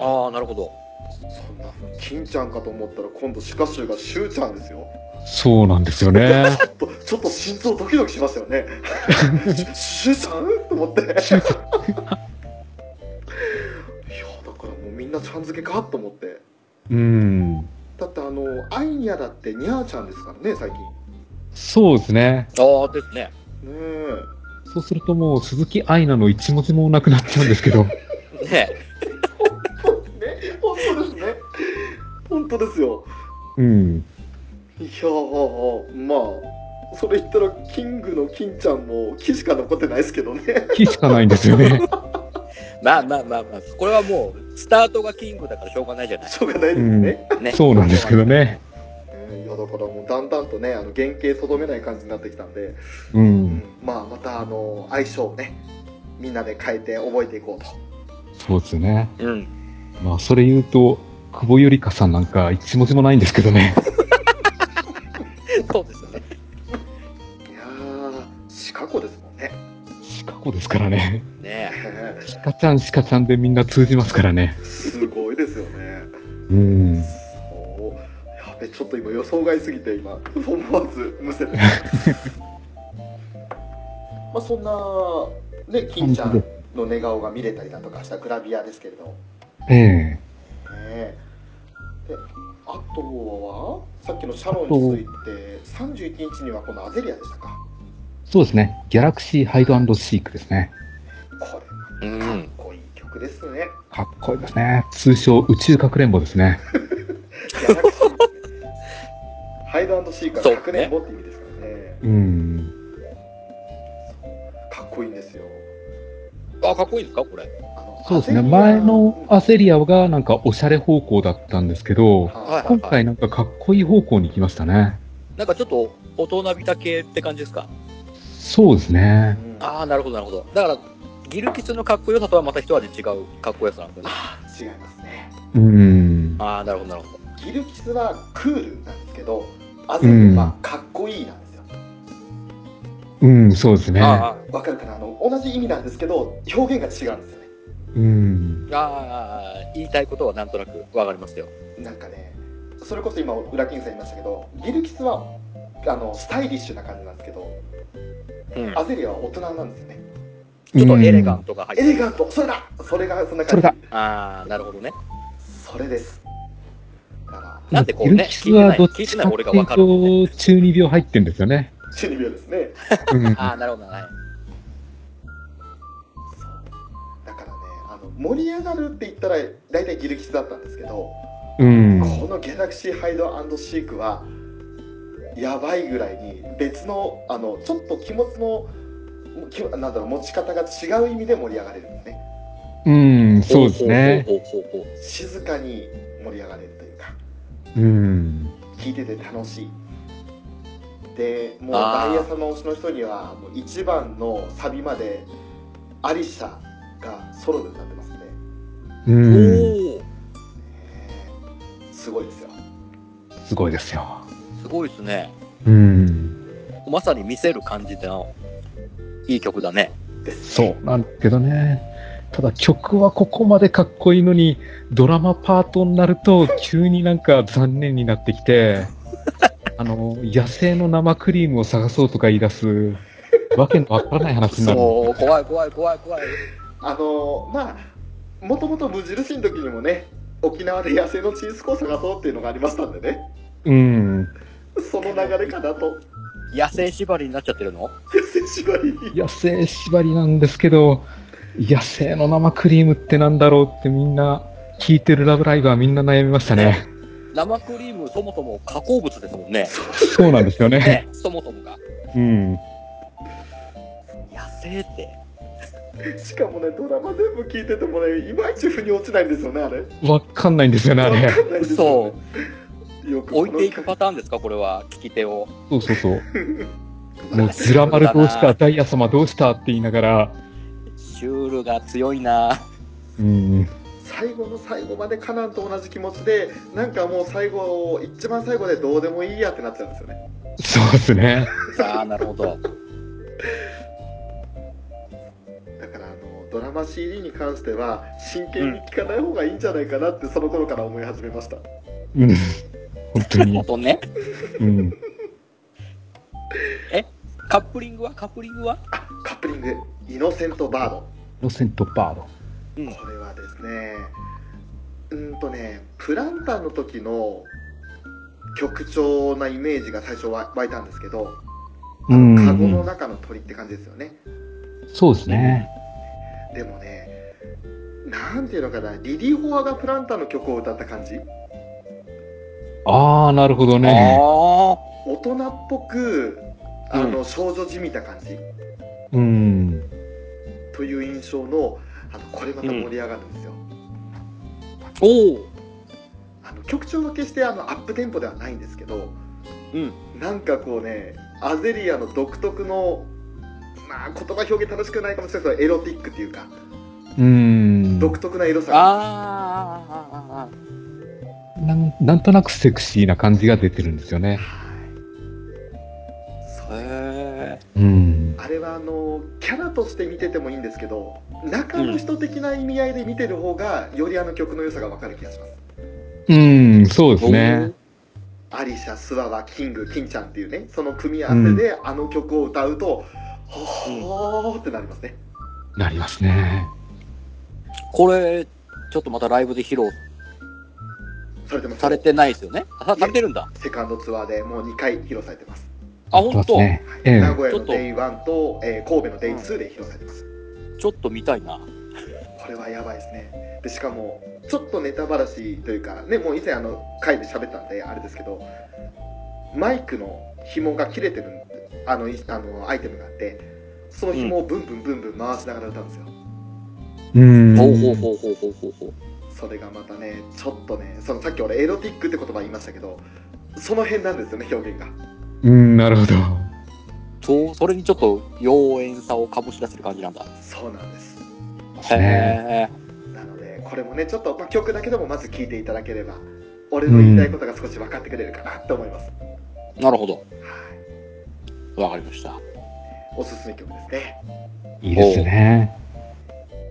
Speaker 3: ああ、なるほど。
Speaker 1: そんな金ちゃんかと思ったら今度シカシュウがシュウちゃんですよ
Speaker 2: そうなんですよ [laughs] ね。
Speaker 1: ちょっとちょっと心臓ドキドキしましたよねシュウちゃんと思っていやだからもうみんなちゃん付けかと思って
Speaker 2: うん。
Speaker 1: だってあのアイニャだってニャーちゃんですからね最近ね
Speaker 2: そうですね。
Speaker 3: ああ、ですね。
Speaker 1: え
Speaker 2: そうするともう鈴木愛菜の一文字もなくなっちゃうんですけど。
Speaker 3: ねえ。
Speaker 1: ね本当ですね本当ですよ
Speaker 2: うん。
Speaker 1: いやーまあそれ言ったらキングの金ちゃんも木しか残ってないですけどね
Speaker 2: 木しかないんですよね。
Speaker 3: まあまあまあまあ、これはもう、スタートがキングだからしょうがないじゃない。
Speaker 1: しょうがないですね、
Speaker 3: ね。
Speaker 2: そうなんですけどね。
Speaker 1: えーいやだからもうだんだんとねあの原型とどめない感じになってきたんで、
Speaker 2: う。
Speaker 1: うんんまあまたあの相性をねみんなで変えて覚えていこうと
Speaker 2: そうですね。
Speaker 3: うん。
Speaker 2: まあ、それ言うと、久保ゆりかさんなんか一文字もないんですけどね。
Speaker 3: そうですよね。
Speaker 1: いやーシカゴですもんね
Speaker 2: シカ子ですからね。
Speaker 3: ね
Speaker 2: シカちゃん、シカちゃんでみんな通じますからね。
Speaker 1: すごいですよね
Speaker 2: うん。
Speaker 1: そうやべちょっと今予想外すぎて今思わずむ [laughs] せてまあそんなね金ちゃんの寝顔が見れたりだとかしたグラビアですけれどね
Speaker 2: え
Speaker 1: えであとはさっきのシャロンについて31日にはこのアゼリアでしたか
Speaker 2: えそうですね。ギャラクシーハイドシークですね。
Speaker 1: こ
Speaker 3: う
Speaker 1: れかっ
Speaker 3: ん。
Speaker 1: こいい曲ですね、
Speaker 2: かっこいいですね。通称宇宙かくれんぼですね。
Speaker 1: ギャラクシーハイドシーク
Speaker 3: そう
Speaker 1: は
Speaker 3: ね
Speaker 1: 100年後って意味ですからね
Speaker 2: うん。
Speaker 1: かっこいいんですよ
Speaker 3: あ、かっこいいですかこれ。
Speaker 1: あの
Speaker 2: そうですね。
Speaker 1: アゼリア
Speaker 2: 前の
Speaker 1: うん
Speaker 2: アセリアがなんかおしゃれ方向だったんですけど、
Speaker 1: は
Speaker 2: 今回なんかかっこいい方向に来ましたね。
Speaker 3: なんかちょっと、大人びた系って感じですか
Speaker 2: そうです
Speaker 1: い
Speaker 2: ね。
Speaker 3: ああ、なるほど、なるほど。だから、ギルキスのかっこよさとはまた一味違うかっこよさなんですね。
Speaker 1: 違いますね
Speaker 2: うん。
Speaker 3: ああ、なるほど、なるほど。
Speaker 1: ギルキスはクールなんですけどアゼリアはかっこいいなんですよ
Speaker 2: うん、そうですね。
Speaker 3: あー
Speaker 1: わかるかなあの同じ意味なんですけど表現が違うんですよね
Speaker 2: うん。
Speaker 3: あー、あー言いたいことはなんとなくわかりますよ。
Speaker 1: なんかねそれこそ今裏キングさん言いましたけどギルキスはあのスタイリッシュな感じなんですけど
Speaker 3: うん。
Speaker 1: アゼリアは大人なんですよね
Speaker 3: ちょっとエレガントが入っ
Speaker 1: エ
Speaker 3: て
Speaker 1: レガントそれだそれがそんな
Speaker 2: そ
Speaker 1: 感
Speaker 2: れ
Speaker 1: じ
Speaker 2: だ。
Speaker 3: ああ、なるほどね。
Speaker 1: それですだか
Speaker 3: なんでこうね、聞いてない、
Speaker 2: どっ
Speaker 3: 聞い
Speaker 2: ち
Speaker 3: て
Speaker 2: か
Speaker 3: ない俺
Speaker 2: っ
Speaker 3: が
Speaker 2: てい
Speaker 3: わ
Speaker 2: う
Speaker 3: かるんでね、
Speaker 2: と、中二病入ってんですよね。
Speaker 1: ら中二病ですね
Speaker 2: うん。
Speaker 3: ああ、なるほど、はい。
Speaker 1: そうだからねあの盛り上がるって言ったら大体ギルキスだったんですけど
Speaker 2: うん。
Speaker 1: このギャラクシーハイドシークはやばいぐらいに別のあのちょっと気持ちのきなんだろう持ち方が違う意味で盛り上がれるんですね
Speaker 2: うん、そうですね。
Speaker 3: ほうほうほうほうほう
Speaker 1: 静かに盛り上がれるというか
Speaker 2: うん。
Speaker 1: 聴いてて楽しいでもう
Speaker 3: あー
Speaker 1: ダイヤ様推しの人にはもう1番のサビまでアリシャがソロで歌ってますねね
Speaker 2: うん。
Speaker 3: おー
Speaker 1: えすごいですよ
Speaker 2: すごいですよ。
Speaker 3: すごいですね。
Speaker 2: うん。
Speaker 3: まさに見せる感じでの、いい曲だね。
Speaker 1: ですね
Speaker 2: そうなんだけどね。ただ曲はここまでかっこいいのに、ドラマパートになると急になんか残念になって
Speaker 1: [laughs]
Speaker 2: きて、あの、野生の生クリームを探そうとか言い出す、わけのわからない話になる。
Speaker 3: そう、怖い怖い怖い怖い。
Speaker 1: あのーまあもともと無印の時にもね沖縄で野生のチーズコを探そうっていうのがありましたんでね
Speaker 2: うん。
Speaker 1: その流れかなと
Speaker 3: 野生縛りになっちゃってるの
Speaker 1: 野生縛りに
Speaker 2: 野生縛りなんですけど、野生の生クリームってなんだろうってみんな、聞いてるラブライブはみんな悩みまし
Speaker 1: [laughs]
Speaker 2: たね。
Speaker 3: 生クリームそもそも加工物ですもんね。
Speaker 2: そうなんですよね。
Speaker 3: ね、そもそもが。
Speaker 2: うん。
Speaker 3: 野生って。
Speaker 1: しかもねドラマ全部聞いててもねいまいち腑に落ちないんですよねあれ
Speaker 2: わかんないんですよね、
Speaker 1: わ
Speaker 2: あれ。
Speaker 1: かんないです
Speaker 3: 嘘
Speaker 1: よ。よくこ
Speaker 3: 置
Speaker 1: の
Speaker 3: いていくパターンですかこれは。聞き手を。
Speaker 2: そうそうそう。もう、ズラ丸どうした、ダイヤ様どうしたって言いながら、
Speaker 3: シュールが強いな。
Speaker 2: うん。
Speaker 1: 最後の最後までカナンと同じ気持ちでなんかもう最後一番最後でどうでもいいやってなっちゃうんですよね
Speaker 2: そうですね。
Speaker 3: ああ、なるほど。
Speaker 1: だからあのドラマ CD に関しては真剣に聞かない方がいいんじゃないかなってその頃から思い始めました、
Speaker 2: うん。本当に
Speaker 3: 本。当ね。
Speaker 2: うん。
Speaker 3: カップリングはカップリングは
Speaker 1: あカップリング「イノセントバード
Speaker 2: ロセントバード。」
Speaker 1: これはですねうーんとねプランターの時の曲調なイメージが最初湧いたんですけどあ
Speaker 2: うん
Speaker 1: のカゴの中の鳥って感じですよね、
Speaker 2: そうですね。
Speaker 1: でもね、なんていうのかな、リリー・ホアがプランターの曲を歌った感じ、
Speaker 2: ああ、なるほどね。
Speaker 3: あ
Speaker 1: 大人っぽく、あの少女じみた感じ
Speaker 2: うん。
Speaker 1: という印象の、あのこれまた盛り上がるんですよ。
Speaker 3: あ。おお。
Speaker 1: あの曲調は決してあのアップテンポではないんですけど、
Speaker 3: うん
Speaker 1: なんかこうね、アゼリアの独特の、まあ、言葉表現正しくないかもしれないですけど、エロティックっていうか、
Speaker 2: うん。
Speaker 1: 独特なエロさが
Speaker 3: ああ。
Speaker 2: なんなんとなくセクシーな感じが出てるんですよ
Speaker 1: は
Speaker 2: ね。
Speaker 1: いそう
Speaker 3: へ
Speaker 2: うん。
Speaker 1: あれはあのキャラとして見ててもいいんですけど中の人的な意味合いで見てる方がよりあの曲の良さが分かる気がします
Speaker 2: うん、そうで
Speaker 3: え。
Speaker 2: すね。
Speaker 1: アリシャスワワキングキンちゃんっていうねその組み合わせであの曲を歌うと、ほーってなりますね
Speaker 2: なりますね。
Speaker 3: これ、ちょっとまたライブで披露
Speaker 1: されてます
Speaker 3: されてないですよね。あさされてるんだ。
Speaker 1: セカンドツアーでもう2回披露されてます、
Speaker 3: あ、本
Speaker 2: そう
Speaker 3: 当。
Speaker 2: ですね。え
Speaker 1: 名
Speaker 2: え。
Speaker 1: 古屋
Speaker 3: ちょ
Speaker 1: の
Speaker 3: っと
Speaker 1: Day1 と、えー神戸の Day2 で披露されてます
Speaker 3: ちょっと見たいな。
Speaker 1: これはやばいですねでしかもちょっとネタばらしというかねもう以前あの回で喋ったんであれですけどマイクの紐が切れてるんあのいあのアイテムがあってその紐をブンブンブンブン回しながら歌うんですよ、
Speaker 2: うん。
Speaker 3: ほうほうほうほうほうほうほう。
Speaker 1: それがまたねちょっとねそのさっき俺エロティックって言葉言いましたけどその辺なんですよね表現が
Speaker 2: うん、なるほど。
Speaker 3: そう、それにちょっと妖艶さを醸し出せる感じなんだ。
Speaker 1: そうなんです
Speaker 3: へえ。
Speaker 1: なのでこれもねちょっと、まあ、曲だけでもまず聴いていただければ俺の言いたいことが少し分かってくれるかなと思います、
Speaker 3: なるほど。
Speaker 1: はい
Speaker 3: わかりました。
Speaker 1: おすすめ曲ですね
Speaker 2: いいですね。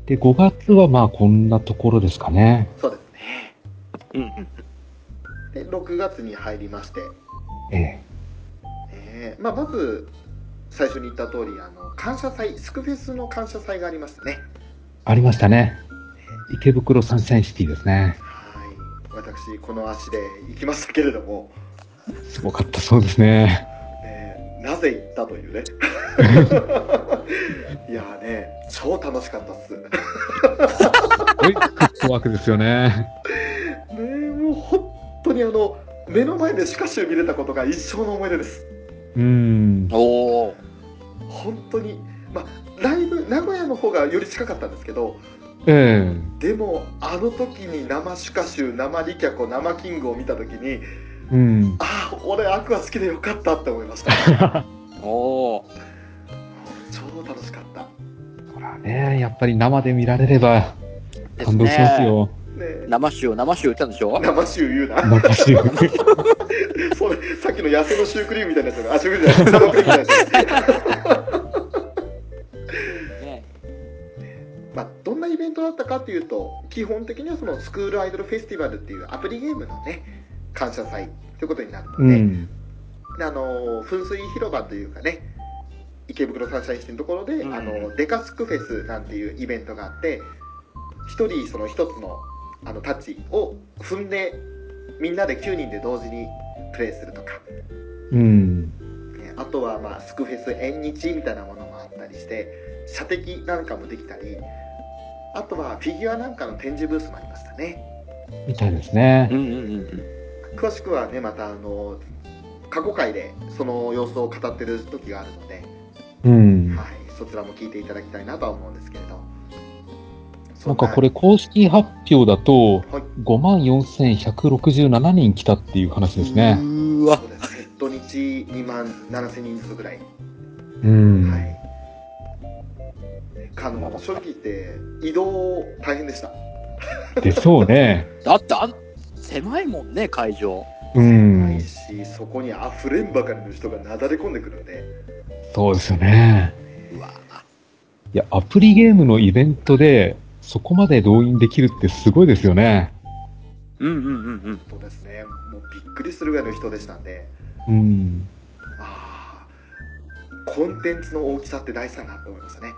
Speaker 2: で、5月はまあこんなところですかね。
Speaker 1: そうですね
Speaker 3: うんう
Speaker 1: で
Speaker 3: ん。
Speaker 1: 6月に入りまして、
Speaker 2: ええ。
Speaker 1: えーまあ、まず最初に言った通りあの感謝祭スクフェスの感謝祭がありましたね
Speaker 2: ありましたね。池袋サンシャインシティですね。
Speaker 1: はい私この足で行きましたけれども、
Speaker 2: すごかったそうですね。
Speaker 1: えーなぜ行ったというねいやーね超楽しかったっすね
Speaker 2: すごいフットワークですよね。
Speaker 1: ーもう本当にあの目の前でシュカシュ見れたことが一生の思い出です
Speaker 2: うん。
Speaker 3: おお。
Speaker 1: 本当にまあライブ名古屋の方がより近かったんですけど
Speaker 2: ええ。
Speaker 1: でもあの時に生シュカシュ生リキャコ生キングを見た時に
Speaker 2: うん。
Speaker 1: ああ俺アクア好きでよかったって思いました
Speaker 2: [laughs]
Speaker 3: おお。
Speaker 1: 超楽しかったね
Speaker 2: ほらね、やっぱり生で見られれば
Speaker 3: です
Speaker 2: 感動します
Speaker 3: ね。
Speaker 2: よ。
Speaker 1: え
Speaker 3: 生臭、生臭言ったんでしょ
Speaker 1: 生シュー言うな [laughs]
Speaker 2: 中州。 [laughs]
Speaker 1: それさっきの野生のシュークリームみたいなやつがあシュークリームじゃない生クリームみたいなやつ
Speaker 2: [laughs]
Speaker 3: ね。
Speaker 1: まあどんなイベントだったかっていうと基本的にはそのスクールアイドルフェスティバルっていうアプリゲームのね感謝祭ということになるので、
Speaker 2: うん。
Speaker 1: であの噴水広場というかね池袋サンシャインシティのところで、
Speaker 3: うん
Speaker 1: あのデカスクフェスなんていうイベントがあって一人その一つのあのタッチを踏んでみんなで9人で同時にプレイするとか、
Speaker 2: うん。
Speaker 1: ねあとはまあスクフェス縁日みたいなものもあったりして射的なんかもできたりあとはフィギュアなんかの展示ブースもありましたね
Speaker 2: みたいですね
Speaker 3: う。んうんうん
Speaker 1: 詳しくはねまたあの過去回でその様子を語ってる時があるので、
Speaker 2: うん。
Speaker 1: はい、そちらも聞いていただきたいなとは思うんですけれど
Speaker 2: なんかこれ公式発表だと、
Speaker 1: はい
Speaker 2: 54,167人来たっていう話ですね
Speaker 3: う。ん。うーわ
Speaker 1: そ。うですね土日2万7000人ずつぐらい、
Speaker 2: うん。
Speaker 1: はいあの正直言って移動大変でした
Speaker 2: でしょうね。
Speaker 3: だってあん、狭いもんね、会場。
Speaker 2: う
Speaker 1: なんい。しそこに溢れんばかりの人がなだれ込んでくるんで
Speaker 2: そうですよね。
Speaker 3: うわ。
Speaker 2: いや、アプリゲームのイベントで、そこまで動員できるってすごいですよね。
Speaker 3: うんうんうん
Speaker 1: そうですねもうびっくりするぐらいの人でしたんで
Speaker 2: うん。
Speaker 1: ああコンテンツの大きさって大事だなと思いましたね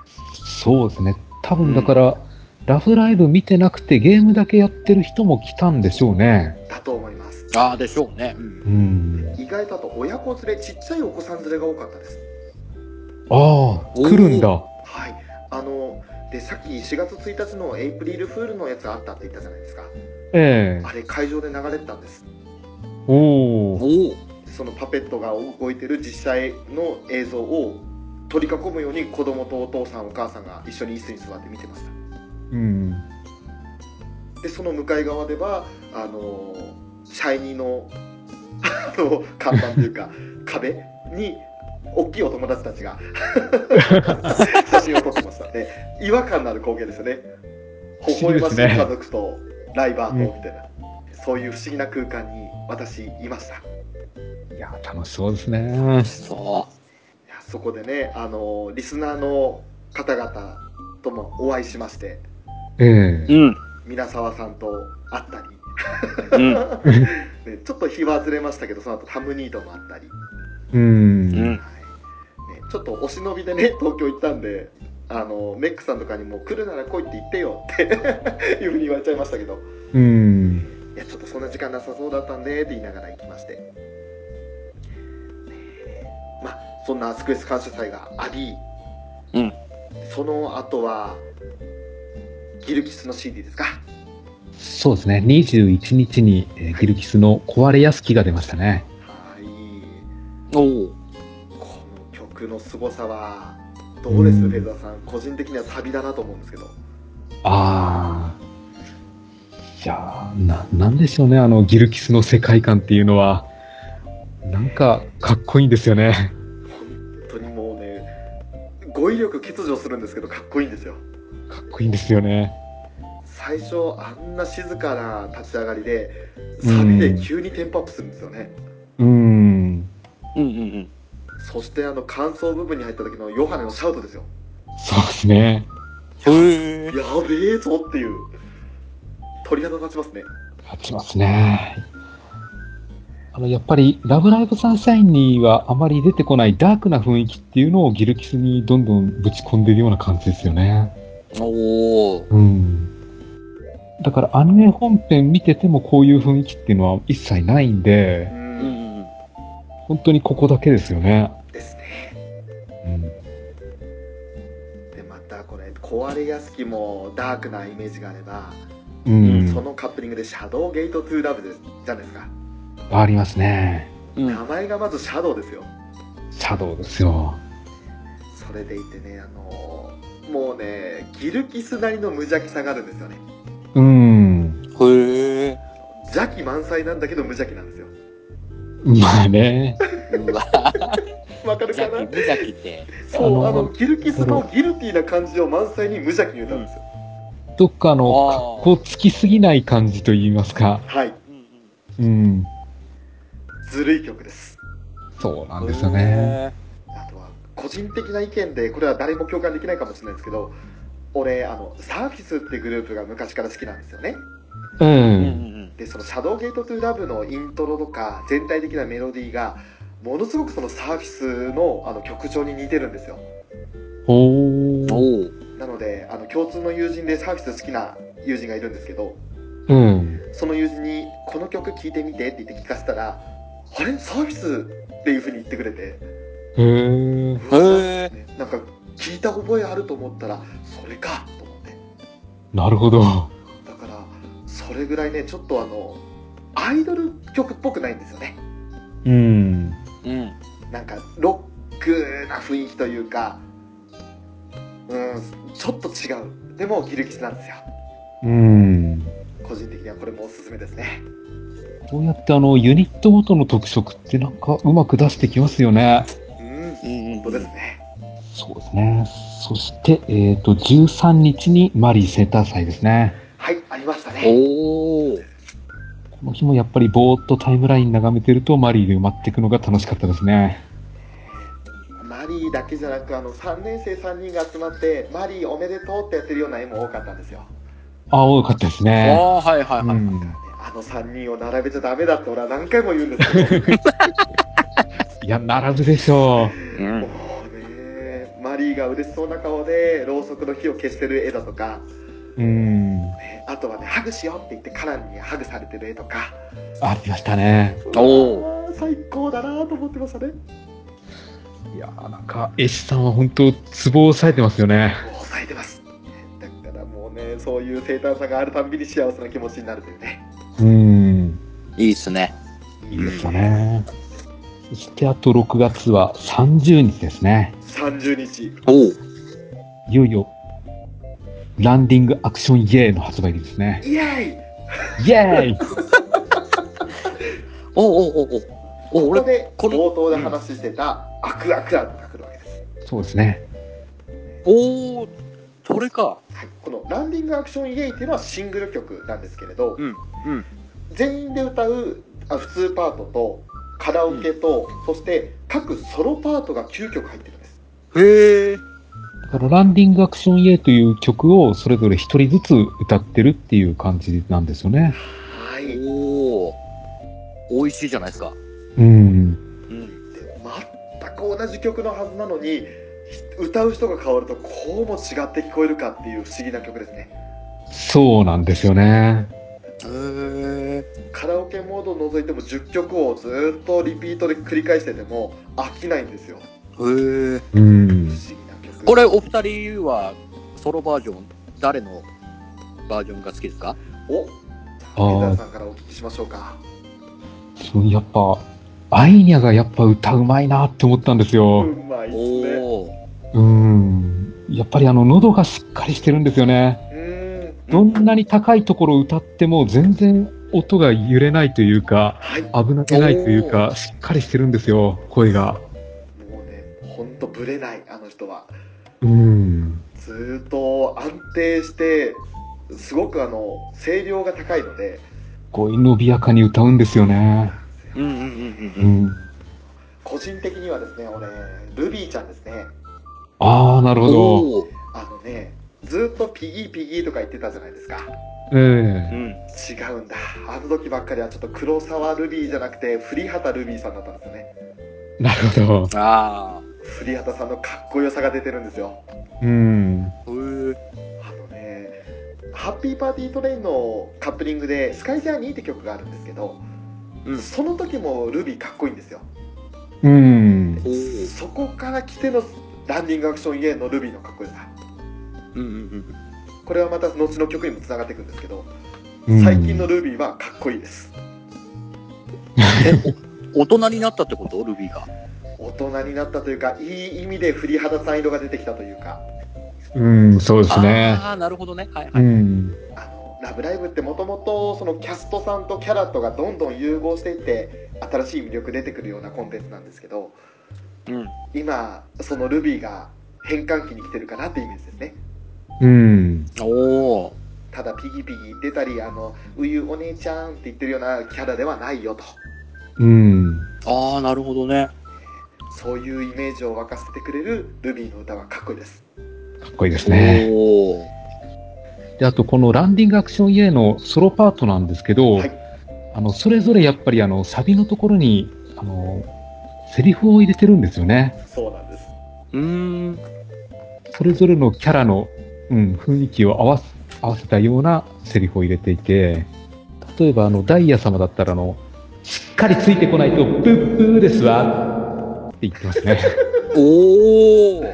Speaker 2: そうですね。多分だから、ラブライブ見てなくてゲームだけやってる人も来たんでしょうね。
Speaker 1: だと思います
Speaker 3: うん。ああ、でしょうね。うん
Speaker 2: うん。
Speaker 1: 意外とあと親子連れちっちゃいお子さん連れが多かったです
Speaker 2: ああ、来るんだ。
Speaker 1: はいあのでさっき4月1日のエイプリルフールのやつがあったって言ったじゃないですか
Speaker 2: ええ
Speaker 1: あれ会場で流れてたんです
Speaker 2: おお。
Speaker 3: おお。
Speaker 1: そのパペットが動いてる実際の映像を取り囲むように子供とお父さんお母さんが一緒に椅子に座って見てました
Speaker 2: うん。
Speaker 1: でその向かい側ではあのシャイニーの [laughs] あの看板というか壁に大きいお友達たちが写真を撮ってましたね違和感のある光景ですよね微笑ましい家族とライバーとみたいな、そういう不思議な空間に私いました
Speaker 2: いや、楽しそうですね。
Speaker 3: そ
Speaker 1: いやそこでねあのリスナーの方々ともお会いしまして
Speaker 2: ええ
Speaker 3: う。うん。
Speaker 1: 皆沢さんと会ったり [laughs]
Speaker 3: うん。
Speaker 1: ね、ちょっと日はずれましたけどその後タムニードもあったり、
Speaker 2: う。
Speaker 3: うんん。
Speaker 1: はいね、ちょっとお忍びでね [laughs] 東京行ったんであのメックさんとかにも「来るなら来い」って言ってよって [laughs] いうふうに言われちゃいましたけど
Speaker 2: うん。
Speaker 1: 「いやちょっとそんな時間なさそうだったんで」って言いながら行きまして、ねまあそんなスクエス感謝祭があり、
Speaker 3: うん
Speaker 1: その後はギルキスの CD ですか
Speaker 2: そうですね。21日に、えーギルキスの壊れやすきが出ましたね。
Speaker 1: はい
Speaker 3: おお。
Speaker 1: この曲の凄さはどうです、
Speaker 2: うん
Speaker 1: フェザーさん個人的には旅だなと思うんですけど
Speaker 2: ああ。いやーな、なんでしょうね。あの、ギルキスの世界観っていうのは、なんか、かっこいいんですよね。
Speaker 1: 本当にもうね語彙力欠如するんですけどかっこいいんですよ
Speaker 2: かっこいいんですよね。
Speaker 1: 最初あんな静かな立ち上がりで
Speaker 2: うん
Speaker 1: サビで急にテンポアップするんですよね、
Speaker 2: うん。
Speaker 3: うんうんうん。
Speaker 1: そしてあの感想部分に入った時のヨハネのシャウトですよ
Speaker 2: そうですね。
Speaker 3: へ
Speaker 1: や
Speaker 3: え。
Speaker 1: べえぞっていう鳥肌立ちますね
Speaker 2: 立ちますね。あの、やっぱり、ラブライブサンシャインにはあまり出てこないダークな雰囲気っていうのをギルキスにどんどんぶち込んでるような感じですよね。
Speaker 3: おお。
Speaker 2: うん。だからアニメ本編見ててもこういう雰囲気っていうのは一切ないん
Speaker 1: う、
Speaker 2: で、
Speaker 3: うんんうんうん。
Speaker 2: 本当にここだけですよね。
Speaker 1: ですね
Speaker 2: うん。
Speaker 1: でまたこれ壊れ屋敷もダークなイメージがあれば、
Speaker 2: うん。
Speaker 1: そのカップリングで「シャドウゲート・トゥ・ラブ」ですじゃないですか
Speaker 2: ありますね。
Speaker 3: うん
Speaker 1: 名前がまずシャドウですよ
Speaker 2: シャドウですよ。
Speaker 1: それでいてねあのーもうねギルキスなりの無邪気さがあるんですよね
Speaker 2: うん。
Speaker 3: へえ。
Speaker 1: 邪気満載なんだけど無邪気なんですよ
Speaker 2: まあね。
Speaker 3: うわ。
Speaker 1: わかる
Speaker 3: ジ
Speaker 1: か
Speaker 3: ャキ
Speaker 1: な
Speaker 3: 無邪気って。
Speaker 1: そうあ
Speaker 2: あの
Speaker 1: のギルキスのギルティーな感じを満載に無邪気に歌うんですよ、
Speaker 2: どっかあ
Speaker 3: あ
Speaker 2: の、
Speaker 3: ー
Speaker 2: 格好つきすぎない感じと言いますか。
Speaker 1: はい
Speaker 3: うんうん。
Speaker 2: うん。
Speaker 1: ずるい曲です
Speaker 2: そうなんですよね。
Speaker 1: あとは個人的な意見でこれは誰も共感できないかもしれないですけど俺あのサーフィスってグループが昔から好きなんですよね
Speaker 2: う。
Speaker 3: へー。うんうんん
Speaker 1: でその「シャドウゲート・トゥ・ラブ」のイントロとか全体的なメロディーがものすごくそのサーフィスのあの曲調に似てるんですよ
Speaker 2: お
Speaker 3: うん。
Speaker 2: ー。
Speaker 3: おお。
Speaker 1: なのであの共通の友人でサーフィス好きな友人がいるんですけど
Speaker 2: うん。
Speaker 1: その友人に「この曲聴いてみて」って言って聴かせたらあれサービスっていうふうに言ってくれて、
Speaker 2: へえ。
Speaker 3: へえ。
Speaker 1: ねなんか聞いた覚えあると思ったらそれかと思って
Speaker 2: なるほど。
Speaker 1: だからそれぐらいねちょっとあのアイドル曲っぽくないんですよね
Speaker 2: うん。
Speaker 3: うん。
Speaker 1: なんかロックな雰囲気というかうんちょっと違うでもギルキスなんですよ
Speaker 2: うん。
Speaker 1: 個人的にはこれもおすすめですね
Speaker 2: こうやってあの、ユニットごとの特色ってなんかうまく出してきますよね。
Speaker 1: うん
Speaker 3: うん。
Speaker 1: 本当ですね
Speaker 2: そうですね。そして、えっ、と、13日にマリーセンター祭ですね。
Speaker 1: はいありましたね
Speaker 3: おー。
Speaker 2: この日もやっぱりぼーっとタイムライン眺めてるとマリーで埋まっていくのが楽しかったですね。
Speaker 1: マリーだけじゃなくあの3年生3人が集まってマリーおめでとうってやってるような絵も多かったんですよ
Speaker 2: あ、多かったです
Speaker 3: あ
Speaker 2: ね。
Speaker 3: あ、はいはいうはい。
Speaker 2: ん。
Speaker 1: あの3人を並べちゃダメだって俺は何回も言うんですけど
Speaker 2: いや、並ぶでしょ
Speaker 3: うん。
Speaker 1: もうねマリーが嬉しそうな顔でろうそくの火を消してる絵だとか、
Speaker 2: う。うん。
Speaker 1: ねあとはねハグしようって言ってカランにハグされてる絵とか
Speaker 2: ありましたね。
Speaker 3: お
Speaker 1: あー最高だなと思ってましたね
Speaker 2: いやーなんか、絵師さんは本当、ツボを押さえてますよね。
Speaker 1: 抑えてますだからもうねそういう生誕さがあるたんびに幸せな気持ちになるというね
Speaker 2: うん。
Speaker 3: いいっすね。
Speaker 1: い
Speaker 2: いいですよね。そして、あと6月は30日ですね。
Speaker 1: 30日
Speaker 3: おう。
Speaker 2: いよいよ、ランディングアクションイエーイの発売日ですね。
Speaker 1: イエーイ
Speaker 2: イエーイ
Speaker 3: おうおうおうおう。
Speaker 1: こ
Speaker 3: おう、
Speaker 1: こ
Speaker 3: 俺、
Speaker 1: で
Speaker 3: これ
Speaker 1: 冒頭で話してたアクアクアが来るわけです、
Speaker 2: そうですね。
Speaker 3: おー。それか。
Speaker 1: はい、このランディングアクションイエーイっていうのはシングル曲なんですけれど、
Speaker 3: うん。うん。
Speaker 1: 全員で歌うあ普通パートとカラオケと、そして各ソロパートが9曲入ってるんです
Speaker 3: へえ。
Speaker 2: だから、ランディングアクションイエーイという曲をそれぞれ一人ずつ歌ってるっていう感じなんですよね。
Speaker 1: はいで
Speaker 3: おお。美味しいじゃないですか。
Speaker 2: うん。
Speaker 3: うん。
Speaker 1: 全く同じ曲のはずなのに歌う人が変わるとこうも違って聞こえるかっていう不思議な曲ですね
Speaker 2: そうなんですよね。
Speaker 3: へえ。
Speaker 1: カラオケモードを除いても10曲をずっとリピートで繰り返してても飽きないんですよ
Speaker 3: へえ。
Speaker 2: うん
Speaker 1: 不。思議な曲
Speaker 3: これ、お二人は、ソロバージョン、誰のバージョンが好きですか
Speaker 1: おじゃあ
Speaker 2: あー
Speaker 1: ペーターさんからお聞きしましょうか
Speaker 2: そうやっぱ、アイニャがやっぱ歌うまいなって思ったんです
Speaker 1: う
Speaker 2: よ。
Speaker 1: まいっすね
Speaker 3: おお。
Speaker 2: うん。やっぱりあの、喉がしっかりしてるんですよね。
Speaker 1: うーん
Speaker 2: どんなに高いところを歌っても全然音が揺れないというか、
Speaker 1: はい
Speaker 2: 危なげないというか、しっかりしてるんですよ、声が。
Speaker 1: もうねほんとブレないあの人は
Speaker 2: うん。
Speaker 1: ずーっと安定してすごくあの声量が高いので
Speaker 2: 声伸びやかに歌うんですよね。
Speaker 3: うんうんうん
Speaker 2: う
Speaker 3: うん。
Speaker 2: ん。
Speaker 1: 個人的にはですね俺ルビーちゃんですね
Speaker 2: ああ、なるほど。
Speaker 3: おー。
Speaker 1: あのねずーっとピギーピギーとか言ってたじゃないですか
Speaker 2: ええ
Speaker 3: ん。
Speaker 1: 違うんだあの時ばっかりはちょっと黒沢ルビーじゃなくて栗畑ルビーさんだったんですよね
Speaker 2: なるほど。
Speaker 3: ああ。
Speaker 1: 栗畑さんのかっこよさが出てるんですよ
Speaker 2: うん。
Speaker 3: へえ。
Speaker 1: あのねハッピーパーティートレインのカップリングで「スカイジャーニー」って曲があるんですけど、
Speaker 3: うん
Speaker 1: その時もルビーかっこいいんですよ
Speaker 2: うん。
Speaker 3: おー。
Speaker 1: そこから来てのランディングアクションイエーのルビーのかっこよさ
Speaker 3: うんうん
Speaker 1: これはまた後の曲にもつながっていくんですけど、
Speaker 2: うん
Speaker 1: 最近のルビーはかっこいいです
Speaker 3: うん。大人になったってことルビーが。
Speaker 1: 大人になったというかいい意味で振り肌さん色が出てきたというか
Speaker 2: うん、そうですね。
Speaker 3: ああ、なるほどね。はいは
Speaker 2: う
Speaker 3: い。
Speaker 2: ん。
Speaker 1: あの「ラブライブ!」ってもともとそのキャストさんとキャラとがどんどん融合していって新しい魅力出てくるようなコンテンツなんですけど
Speaker 3: うん。
Speaker 1: 今そのルビーが変換期に来てるかなってイメージですね
Speaker 2: うん。
Speaker 3: おお。
Speaker 1: ただピギピギ言ってたり「あのうゆお姉ちゃん」って言ってるようなキャラではないよと
Speaker 2: うん。
Speaker 3: ああ、なるほどね。
Speaker 1: そういうイメージを沸かせてくれるルビーの歌はかっこいいです
Speaker 2: かっこいいですね。
Speaker 3: おお。
Speaker 2: で、あとこのランディングアクション A のソロパートなんですけど、
Speaker 1: はい
Speaker 2: あの、それぞれやっぱりあの、サビのところに、あの、セリフを入れてるんですよね。
Speaker 1: そうなんです
Speaker 3: うーん。
Speaker 2: それぞれのキャラの、うん、雰囲気を合わせ、合わせたようなセリフを入れていて、例えばあの、ダイヤ様だったらあの、しっかりついてこないと、ブッブーですわ。って言ってます [laughs] ね。
Speaker 3: おお。
Speaker 1: そ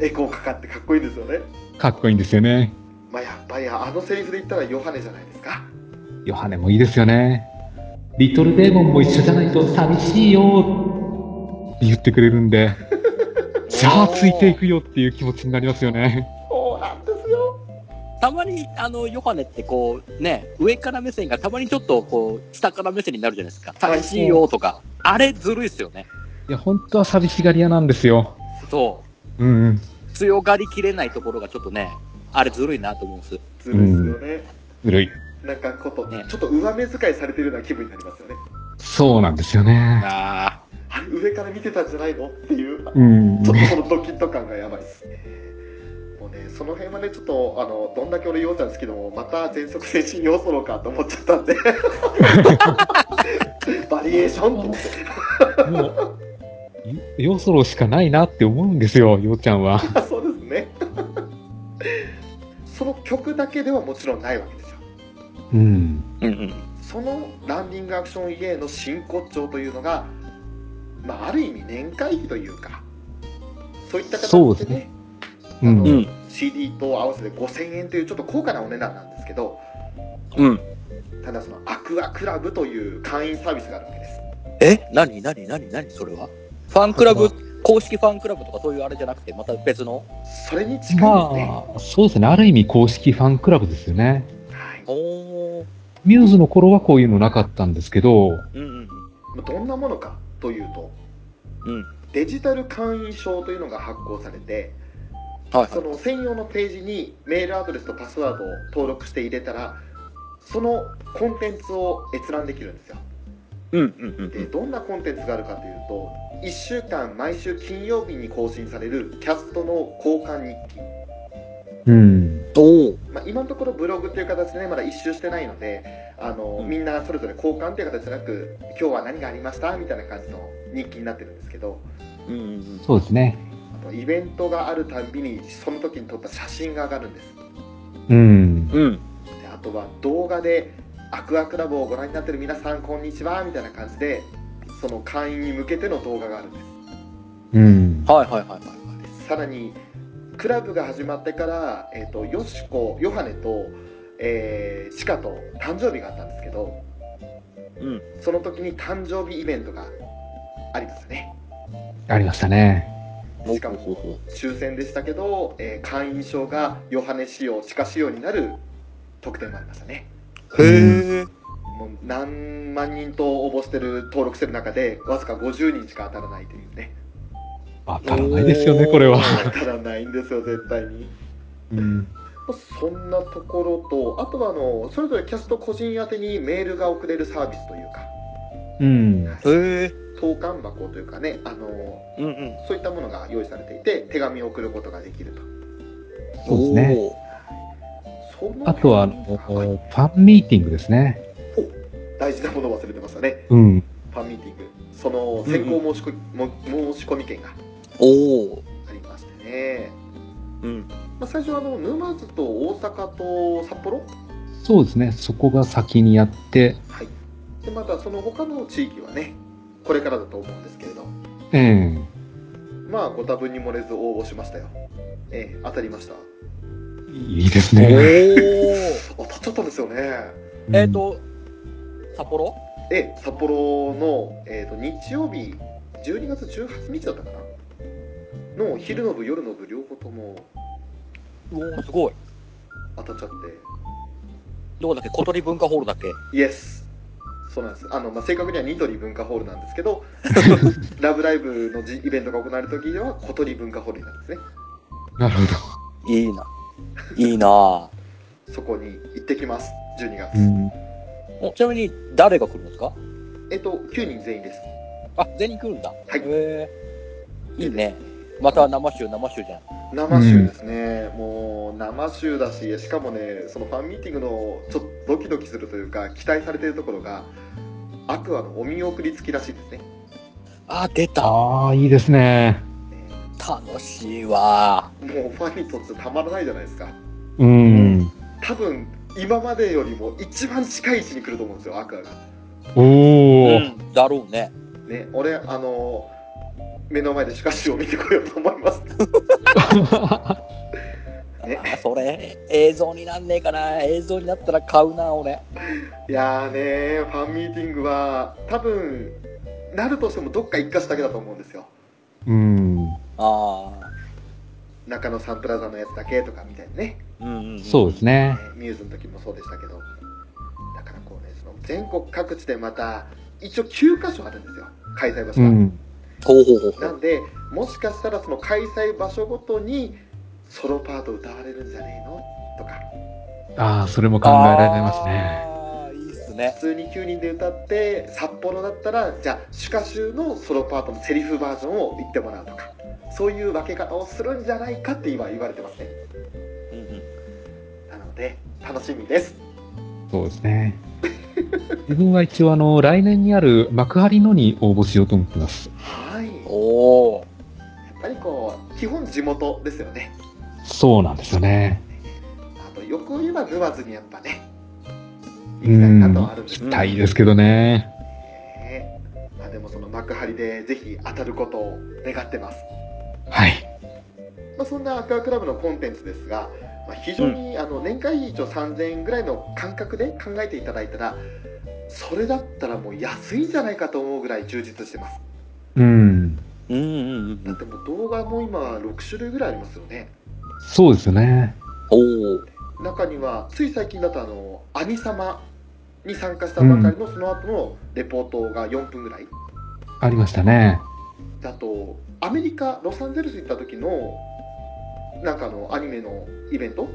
Speaker 1: うエコーかかってかっこいいですよね
Speaker 2: かっこいいんですよね。
Speaker 1: まあやっぱりあのセリフで言ったらヨハネじゃないですか
Speaker 2: ヨハネもいいですよね。リトルデーモンも一緒じゃないと寂しいよって言ってくれるん [laughs] で、じゃあついていくよっていう気持ちになりますよね。
Speaker 1: そうなんですよ
Speaker 3: たまに、あの、ヨハネってこう、ね、上から目線がたまにちょっとこう、下から目線になるじゃないですか。
Speaker 1: はい
Speaker 3: 寂しいよとか。あれずるいっすよね。
Speaker 2: いや、本当は寂しがり屋なんですよ。
Speaker 3: そ
Speaker 2: うんうん。
Speaker 3: う。強がりきれないところがちょっとね、あれずるいなと思うんです。
Speaker 1: ずるいですよね、
Speaker 2: うるい。
Speaker 1: なんかこと、
Speaker 3: ね
Speaker 1: ちょっと上目遣いされてるような気分になりますよね
Speaker 2: そうなんですよね。
Speaker 3: ああ。
Speaker 1: あれ上から見てたんじゃないのっていう
Speaker 2: うん。
Speaker 1: ちょっとそのドキッと感がやばいですね。もうね、その辺はね、ちょっと、あの、どんだけ俺、ようちゃん好きでも、また全速精神要素のかと思っちゃったんで。バリエーションと思って。
Speaker 2: もう、よそろしかないなって思うんですよ、ようちゃんは。
Speaker 1: あそうですね。その曲だけではもちろんないわけですよ。
Speaker 2: うん。
Speaker 3: うんうん。
Speaker 1: そのランニングアクション EA の真骨頂というのが、まあ、ある意味年会費というか、そういった形
Speaker 2: そうで
Speaker 1: ですね
Speaker 2: ね、うん。
Speaker 3: うん
Speaker 1: CD と合わせて5000円というちょっと高価なお値段なんですけど、
Speaker 3: うん。
Speaker 1: ただそのアクアクラブという会員サービスがあるわけです
Speaker 3: え何何何何それはファンクラブ、公式ファンクラブとかそういうあれじゃなくて、また別の
Speaker 1: それに近いですね、
Speaker 2: まあ、そうですね。ある意味公式ファンクラブですよね。
Speaker 1: はい
Speaker 3: おお。
Speaker 2: ミューズの頃はこういうのなかったんですけど、
Speaker 3: うんうん
Speaker 1: まあどんなものかというと
Speaker 3: うん。うん。
Speaker 1: デジタル会員証というのが発行されて
Speaker 3: はい
Speaker 1: その専用のページにメールアドレスとパスワードを登録して入れたらそのコンテンツを閲覧できるんですよ
Speaker 3: うんうんうん
Speaker 1: でどんなコンテンツがあるかというと1週間毎週金曜日に更新されるキャストの交換日記
Speaker 2: うん。
Speaker 3: おお。
Speaker 1: まあ、今のところブログっていう形でねまだ一周してないのであの、
Speaker 3: うん
Speaker 1: みんなそれぞれ交換っていう形じゃなく今日は何がありましたみたいな感じの日記になってるんですけど
Speaker 3: うんうん
Speaker 2: そうですね。
Speaker 1: あとイベントがあるたんびにその時に撮った写真が上がるんです
Speaker 2: うん。
Speaker 3: うん。
Speaker 1: であとは動画で「アクアクラブ」をご覧になってる皆さんこんにちはみたいな感じでその会員に向けての動画があるんです
Speaker 2: うん。
Speaker 3: はいはいはいはい。
Speaker 1: さらにクラブが始まってから、えー、とヨシコヨハネと、えーチカと誕生日があったんですけど
Speaker 3: うん。
Speaker 1: その時に誕生日イベントがありますね
Speaker 2: ありましたね。
Speaker 1: しかも抽選でしたけど、えー会員証がヨハネ仕様地下仕様になる特典もありましたね
Speaker 3: へえ。
Speaker 1: もう何万人と応募してる登録してる中でわずか50人しか当たらないというね
Speaker 2: 当たらないですよね、これは。
Speaker 1: 当たらないんですよ絶対に
Speaker 2: うん。
Speaker 1: そんなところとあとはあのそれぞれキャスト個人宛てにメールが送れるサービスというか
Speaker 2: うん。
Speaker 3: へえ。
Speaker 1: 投函箱というかねあの
Speaker 3: うんうん。
Speaker 1: そういったものが用意されていて手紙を送ることができると
Speaker 2: そうですね
Speaker 3: おー。
Speaker 1: その
Speaker 2: あとは、あの
Speaker 1: はい
Speaker 2: ファンミーティングですね。
Speaker 1: 大事なもの忘れてましたね
Speaker 2: うん。
Speaker 1: ファンミーティングその先行申し込み、も申し込み券が
Speaker 3: おお。
Speaker 1: ありましてね、
Speaker 3: うん。
Speaker 1: まあ、最初はあの沼津と大阪と札幌
Speaker 2: そうですね。そこが先にやって、
Speaker 1: はいでまたその他の地域はねこれからだと思うんですけれど
Speaker 2: ええ
Speaker 1: まあご多分に漏れず応募しましたよええ当たりました
Speaker 2: いいです
Speaker 3: おお。
Speaker 2: ね。
Speaker 3: え [laughs]
Speaker 1: 当たっちゃったんですよね
Speaker 3: っと、札幌
Speaker 1: ええ札幌の、えー、と日曜日12月18日だったかなの昼の部夜の部両方とも
Speaker 3: おお、すごい。
Speaker 1: 当たっちゃって
Speaker 3: どこだっけ小鳥文化ホールだっけ
Speaker 1: イエスそうなんですあの、まあ、正確にはニトリ文化ホールなんですけど「ラブライブ!」のじイベントが行われた時には小鳥文化ホールになるんですね
Speaker 2: うん。なるほど。
Speaker 3: いいな。いいなぁ
Speaker 1: そこに行ってきます12月、
Speaker 2: うん。
Speaker 3: [laughs] おちなみに、誰が来るんですか
Speaker 1: えっと9人全員です
Speaker 3: あ、全員来るんだ。
Speaker 1: はい
Speaker 3: へえ。いいね。また生集生集じゃん。
Speaker 1: 生集ですね、もう生集だししかもねそのファンミーティングのちょっとドキドキするというか期待されてるところがアクアのお見送り付きらしいですね
Speaker 3: あ、出た。
Speaker 2: ああ、いいですね。
Speaker 3: 楽しいわ
Speaker 1: もうファンにとってたまらないじゃないですか
Speaker 2: うん。
Speaker 1: 多分今までよりも一番近い位置に来ると思うんですよアクアが
Speaker 2: おお、
Speaker 3: うんだろうね。
Speaker 1: ね、俺、あの目の前でしかしを見てこようと思います。ね、
Speaker 3: あそれ、映像になんねえかな。映像になったら買うな、俺。
Speaker 1: いやーね、ファンミーティングは、多分なるとしてもどっか一箇所だけだと思うんですよ。
Speaker 2: うん、
Speaker 3: ああ。
Speaker 1: 中野サンプラザのやつだけとかみたいなね。
Speaker 3: うんうんん
Speaker 2: そうです。ね。
Speaker 1: ミューズの時もそうでしたけどだからこうねその全国各地でまた一応9カ所あるんですよ開催場所
Speaker 2: う
Speaker 1: が、
Speaker 2: ん。
Speaker 3: ほうほうほうほ
Speaker 1: な
Speaker 3: う。
Speaker 1: んでもしかしたらその開催場所ごとにソロパート歌われるんじゃねえのとか
Speaker 2: ああ、それも考えられますね。
Speaker 3: あー。いいっすね。
Speaker 1: 普通に9人で歌って札幌だったらじゃあ主歌集のソロパートのセリフバージョンを言ってもらうとかそういう分け方をするんじゃないかって今言われてますね
Speaker 3: うんうん。
Speaker 1: なので楽しみです
Speaker 2: そうですね。自分は一応、あの、来年にある幕張のに応募しようと思ってます。
Speaker 1: はいやっ
Speaker 3: おお。
Speaker 1: ぱりこう基本地元ですよね
Speaker 2: そうなんですよね。
Speaker 1: あと横を言えば沼津にやっぱね行きたいなとはあるんですけど
Speaker 3: うん
Speaker 1: ね
Speaker 2: 痛いですけどね。
Speaker 1: まあでもその幕張でぜひ当たることを願ってます、
Speaker 2: はい。
Speaker 1: まあ、そんなアクアクラブのコンテンツですが、まあ、非常にあの年会費一応3000円ぐらいの感覚で考えていただいたらそれだったらもう安いんじゃないかと思うぐらい充実してます
Speaker 2: うん。
Speaker 3: うんうんうんう
Speaker 1: だっ
Speaker 3: ん。
Speaker 1: てもう動画も今6種類ぐらいありますよね
Speaker 2: そうですよね。
Speaker 3: おお。
Speaker 1: 中にはつい最近だとあの「兄様」に参加したばかりのその後のレポートが4分ぐらい
Speaker 2: ありましたね。
Speaker 1: だとアメリカロサンゼルス行った時のなんかあのアニメのイベント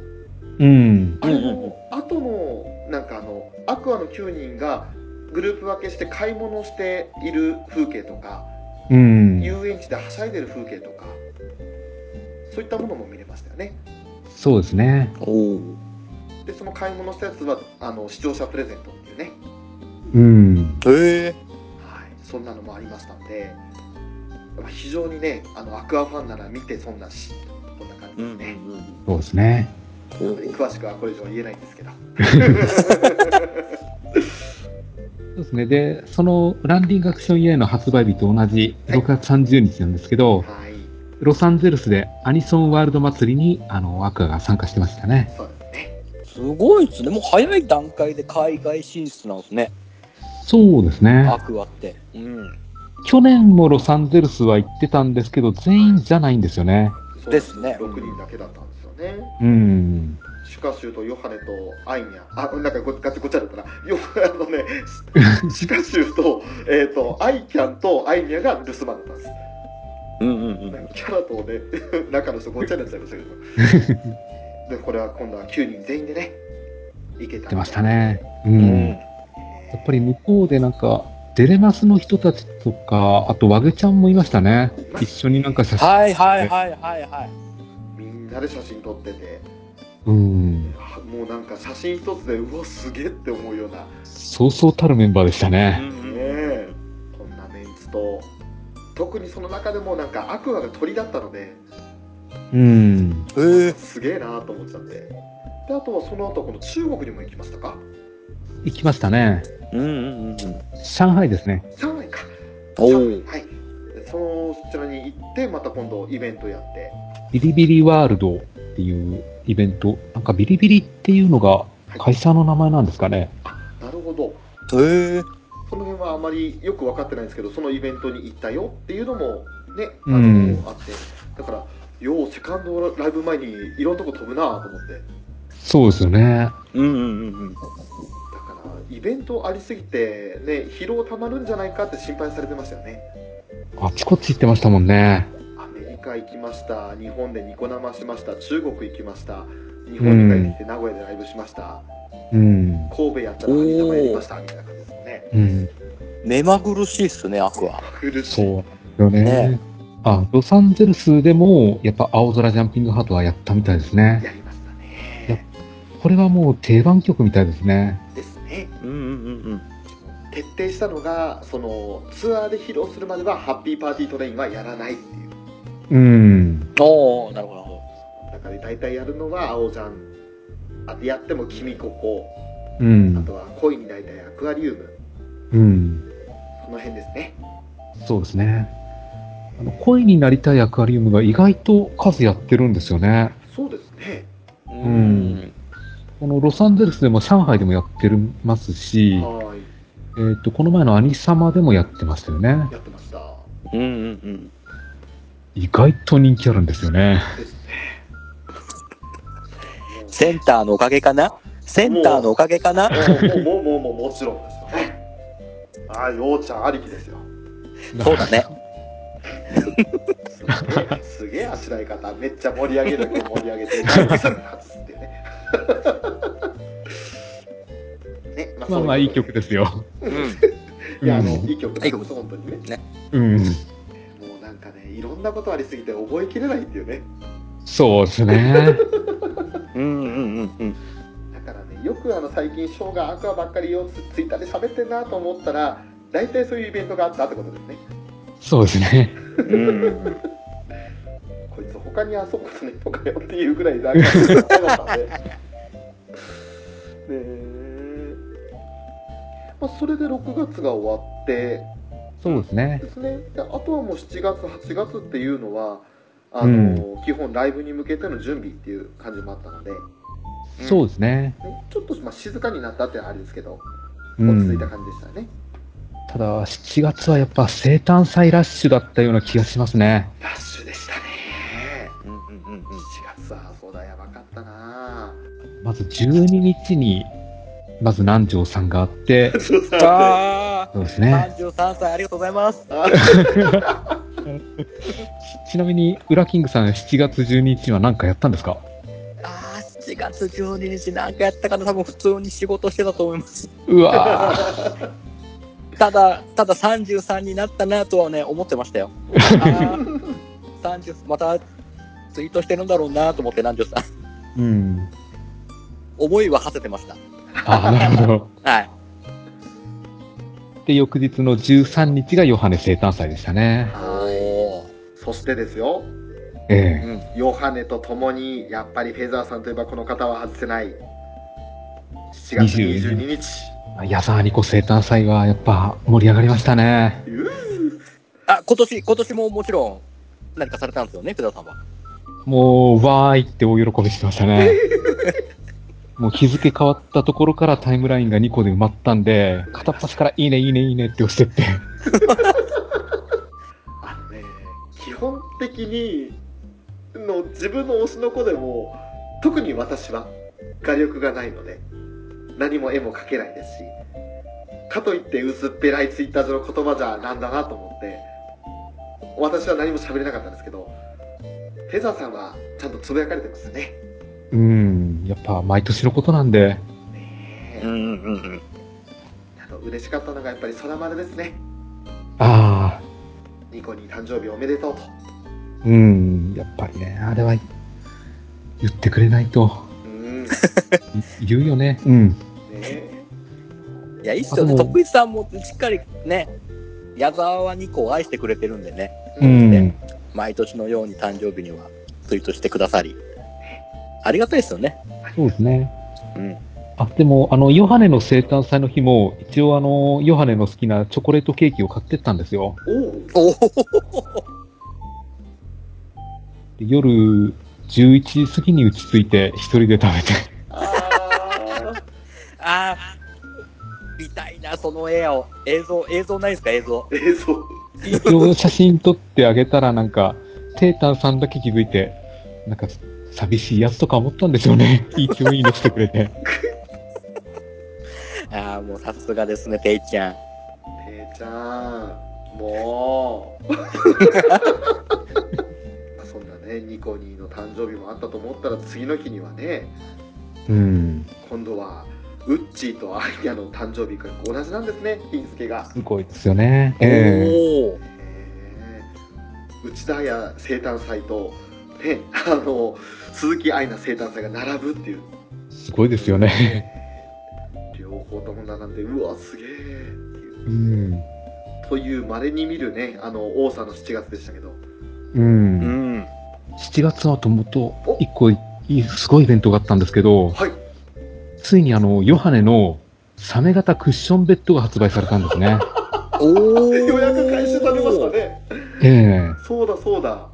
Speaker 2: うん。
Speaker 1: あれ
Speaker 3: うんうんうん
Speaker 1: の後のなんかあのアクアの9人がグループ分けして買い物をしている風景とか
Speaker 2: うん。
Speaker 1: 遊園地ではしゃいでる風景とかそういったものも見れましたよね
Speaker 2: そうですね。
Speaker 3: おお。
Speaker 1: でその買い物したやつはあの視聴者プレゼントっていうね、
Speaker 2: うん。
Speaker 3: へえ。
Speaker 1: はい、そんなのもありましたんでやっぱ非常にねあのアクアファンなら見て損なしこんな感じ
Speaker 3: う
Speaker 1: です
Speaker 3: んうん
Speaker 1: ね、
Speaker 3: うん。
Speaker 2: そうですね。
Speaker 1: なので詳しくはこれ以上は言えないんですけど。
Speaker 2: そうですね。で、そのランディングアクション EA の発売日と同じ
Speaker 1: はい
Speaker 2: 6月30日なんですけど、
Speaker 1: はい、
Speaker 2: ロサンゼルスでアニソンワールド祭りにあのアクアが参加してましたね。
Speaker 1: そうですね。
Speaker 3: すごいっすね。もう早い段階で海外進出なんですね。
Speaker 2: そうですね
Speaker 3: ア。クアって。うん。
Speaker 2: 去年もロサンゼルスは行ってたんですけど、全員じゃないんですよね。
Speaker 1: そう
Speaker 3: ですね
Speaker 1: 6人だけだったんですよね。
Speaker 2: うん。
Speaker 1: シュカシュとヨハネとアイニャ、あ、なんかごガチャごちゃだったな。ヨあの
Speaker 2: [laughs]
Speaker 1: ね、シュカシュと、えっ、と、アイキャンとアイニャが留守番だったんです。
Speaker 3: うんうんうん。
Speaker 1: キャラとね、 [laughs] 中の人ごっちゃになっちゃいましたけ
Speaker 2: [laughs]
Speaker 1: ど。で、これは今度は9人全員でね、いけたんで。
Speaker 2: 出ましたね。うん。やっぱり向こうでなんか、デレマスの人たちとか、あとワグちゃんもいましたね。一緒になんか写真。
Speaker 3: はいはいはいはいはい。
Speaker 1: みんなで写真撮ってて、
Speaker 2: うん。
Speaker 1: あもうなんか写真一つで、うわ、すげえって思うような。
Speaker 2: そうそうたるメンバーでしたね。
Speaker 1: ねえこんなメンツと特にその中でもなんかアクアが鳥だったので
Speaker 2: うん。
Speaker 3: へえ。
Speaker 1: [laughs] すげえなと思っちゃってであとはその後この中国にも行きましたか
Speaker 2: 行きましたね。
Speaker 3: うんうんうん。
Speaker 2: 上海ですね。
Speaker 1: 上海か
Speaker 3: お
Speaker 1: 上
Speaker 3: お。
Speaker 1: 海はいでそのそちらに行ってまた今度イベントやって
Speaker 2: ビリビリワールドっていうイベント。なんかビリビリっていうのが会社の名前なんですかね。
Speaker 1: なるほど
Speaker 3: へえ。
Speaker 1: その辺はあまりよく分かってないんですけどそのイベントに行ったよっていうのもねあの、
Speaker 2: うん
Speaker 1: あってだからようセカンドライブ前にいろんなとこ飛ぶなと思って
Speaker 2: そうですよね。
Speaker 3: うんうんうんうん。
Speaker 1: だからイベントありすぎて、ね、疲労たまるんじゃないかって心配されてましたよね
Speaker 2: あちこち行ってましたもんね。
Speaker 1: アメリカ行きました日本でニコ生しました中国行きました日本に帰ってきて名古屋でライブしました、
Speaker 2: うん。
Speaker 1: 神戸やったらアニメやりましたみたいな感じですもんね
Speaker 2: うん。
Speaker 3: 目まぐるしいっすね、アクア。
Speaker 1: 苦しい
Speaker 2: そうよね。
Speaker 3: ね
Speaker 2: あ、ロサンゼルスでも、やっぱ青空ジャンピングハートはやったみたいですね。
Speaker 1: やりました
Speaker 2: いや
Speaker 1: ね
Speaker 2: これはもう定番曲みたいですね。
Speaker 1: ですね
Speaker 3: うんうんうん
Speaker 1: 徹底したのがそのツアーで披露するまではハッピーパーティートレインはやらないっていう
Speaker 2: うん。
Speaker 3: うん。おお、なるほどなるほ
Speaker 1: だから大体やるのは青ジャンあとやっても君ここ
Speaker 2: う
Speaker 1: あ
Speaker 2: ん。
Speaker 1: とは恋に抱いたいアクアリウム
Speaker 2: ううん。
Speaker 1: その辺ですね
Speaker 2: そうですね。あの声になりたいアクアリウムが意外と数やってるんですよね。
Speaker 1: そうですね
Speaker 2: んこのロサンゼルスでも上海でもやってますし、
Speaker 1: はーい
Speaker 2: えっ、と、この前のアニサマでもやってましたよね。
Speaker 1: やってました
Speaker 3: うんうんうん。
Speaker 2: 意外と人気あるんですよね。
Speaker 1: ですね
Speaker 3: センターのおかげかなセンターのおかげかな
Speaker 1: もうもうもうもうもちろんですよねああようちゃんありきですよ
Speaker 3: そうだね。
Speaker 1: すげえすげえあしらい方めっちゃ盛り上げるけど盛り上げて外すっていうね [laughs] ねま
Speaker 2: まあまあいい曲ですよ。
Speaker 3: うん。
Speaker 1: いやあの
Speaker 2: うん
Speaker 1: いい曲です本当にね
Speaker 2: うん。
Speaker 1: もうなんかねいろんなことありすぎて覚えきれないっていうね
Speaker 2: そうですね。
Speaker 3: うんうんうんうん。
Speaker 1: だからねよくあの最近ショーがアクアばっかりをツイッターで喋ってんなと思ったら大体そういうイベントがあったってことですね
Speaker 2: そうですね。
Speaker 3: うん、
Speaker 1: こいつ他に遊ぶことねえのかよっていうぐらいなんかなか
Speaker 2: [laughs]
Speaker 1: ったんでねえ、まあ、それで6月が終わって
Speaker 2: そうですね。
Speaker 1: ですねであとはもう7月8月っていうのはあの、基本ライブに向けての準備っていう感じもあったので
Speaker 2: そうですね。
Speaker 1: ちょっとまあ静かになったっていうのはあれですけど
Speaker 2: う
Speaker 1: 落ち着いた
Speaker 2: ん、
Speaker 1: 感じでしたね、
Speaker 2: ただ、7月はやっぱ生誕祭ラッシュだったような気がしますね。
Speaker 1: ラッシュでしたね
Speaker 3: うんうんうんうん。
Speaker 1: 4月はそうだやばかった
Speaker 2: [laughs]
Speaker 1: な
Speaker 2: まず12日に、まず南條さんがあって、
Speaker 3: あ
Speaker 2: そうです
Speaker 3: あ、
Speaker 2: ね。
Speaker 3: 33歳ありがとうございます。
Speaker 2: ちなみに、ウラキングさん7月12日は何かやったんですか
Speaker 3: ああ、7月12日なんかやったから多分普通に仕事してたと思います。
Speaker 2: うわ
Speaker 3: ただ、ただ33になったなとはね、思ってました [laughs] よ。あー30、またツイートしてるんだろうなと思って、南條さん。
Speaker 2: ーうん。
Speaker 3: 思いは馳せてました。
Speaker 2: ああ、なるほど。
Speaker 3: はい。
Speaker 2: で、翌日の13日がヨハネ生誕祭でしたね。
Speaker 3: お
Speaker 1: そしてですよ
Speaker 3: ー
Speaker 2: ええ
Speaker 3: うん。
Speaker 1: ヨハネと共にやっぱりフェザーさんといえばこの方は外せない7月22日
Speaker 2: 矢沢ニコ生誕祭はやっぱ盛り上がりましたね。
Speaker 1: うー
Speaker 3: あ、今年、今年ももちろん、何かされたんですよね、福田さんは。
Speaker 2: もう、わーいって大喜びしてました [laughs] ね。もう日付変わったところからタイムラインが2個で埋まったんで、片っ端からいいね、いいね、いいねって押してって。
Speaker 1: あのね基本的にの自分の推しの子でも特に私は画力がないので何も絵も描けないですしかといって薄っぺらいツイッター上の言葉じゃなんだなと思って私は何も喋れなかったんですけどテザーさんはちゃんとつぶやかれてましたね
Speaker 2: うん、やっぱ毎年のことなんで、
Speaker 1: ねえ
Speaker 3: んうんうん。
Speaker 1: あと嬉しかったのがやっぱり空丸ですね
Speaker 2: ああ、
Speaker 1: ニコに誕生日おめでとうと
Speaker 2: うん、やっぱりね、あれは言ってくれないと。
Speaker 1: うん
Speaker 2: [laughs]
Speaker 1: ね
Speaker 2: い言うよね。うん。
Speaker 1: え
Speaker 3: いや、いいっすよね。
Speaker 2: あでも
Speaker 3: 徳井さんもしっかりね、矢沢は2個を愛してくれてるんでね、
Speaker 2: うん。
Speaker 3: 毎年のように誕生日にはツイートしてくださり。ありがたいですよね。
Speaker 2: そうですね。
Speaker 3: うん。
Speaker 2: あ、でも、あの、ヨハネの生誕祭の日も、一応あの、ヨハネの好きなチョコレートケーキを買ってったんですよ。
Speaker 1: おう
Speaker 3: おお
Speaker 2: で夜11時過ぎに落ち着いて、一人で食べて。
Speaker 1: あー
Speaker 3: ああ、見たいな、その絵を。映像、映像ないですか、映像。
Speaker 1: えそう
Speaker 2: 一応写真撮ってあげたら、なんか、テータンさんだけ気づいて、なんか、寂しいやつとか思ったんでしょうね。いい気もいいのしてくれて。
Speaker 3: ああ、もうさすがですね、ていちゃん。
Speaker 1: えーちゃんもう [laughs] まあそんなねニコニーの誕生日もあったと思ったら次の日にはね
Speaker 2: うん。
Speaker 1: 今度はウッチーとアイニャの誕生日が同じなんですね金助が
Speaker 2: すごいですよね。ええ
Speaker 3: おお。
Speaker 1: へー内田彩生誕祭とねあの鈴木愛菜生誕祭が並ぶっていう
Speaker 2: すごいですよね。
Speaker 1: [laughs] 両方とも並んでうわすげえっていう
Speaker 2: うん。
Speaker 1: というまれに見るねあの王さんの7月でしたけど
Speaker 2: うん
Speaker 3: うん。
Speaker 2: 7月のともと1個いいすごいイベントがあったんですけど、
Speaker 1: はい
Speaker 2: ついにあのヨハネのサメ型クッションベッドが発売されたんですね。
Speaker 3: おー
Speaker 1: [laughs] [laughs] 予約開始されました。ね
Speaker 2: [laughs] ええ
Speaker 1: そうだそうだ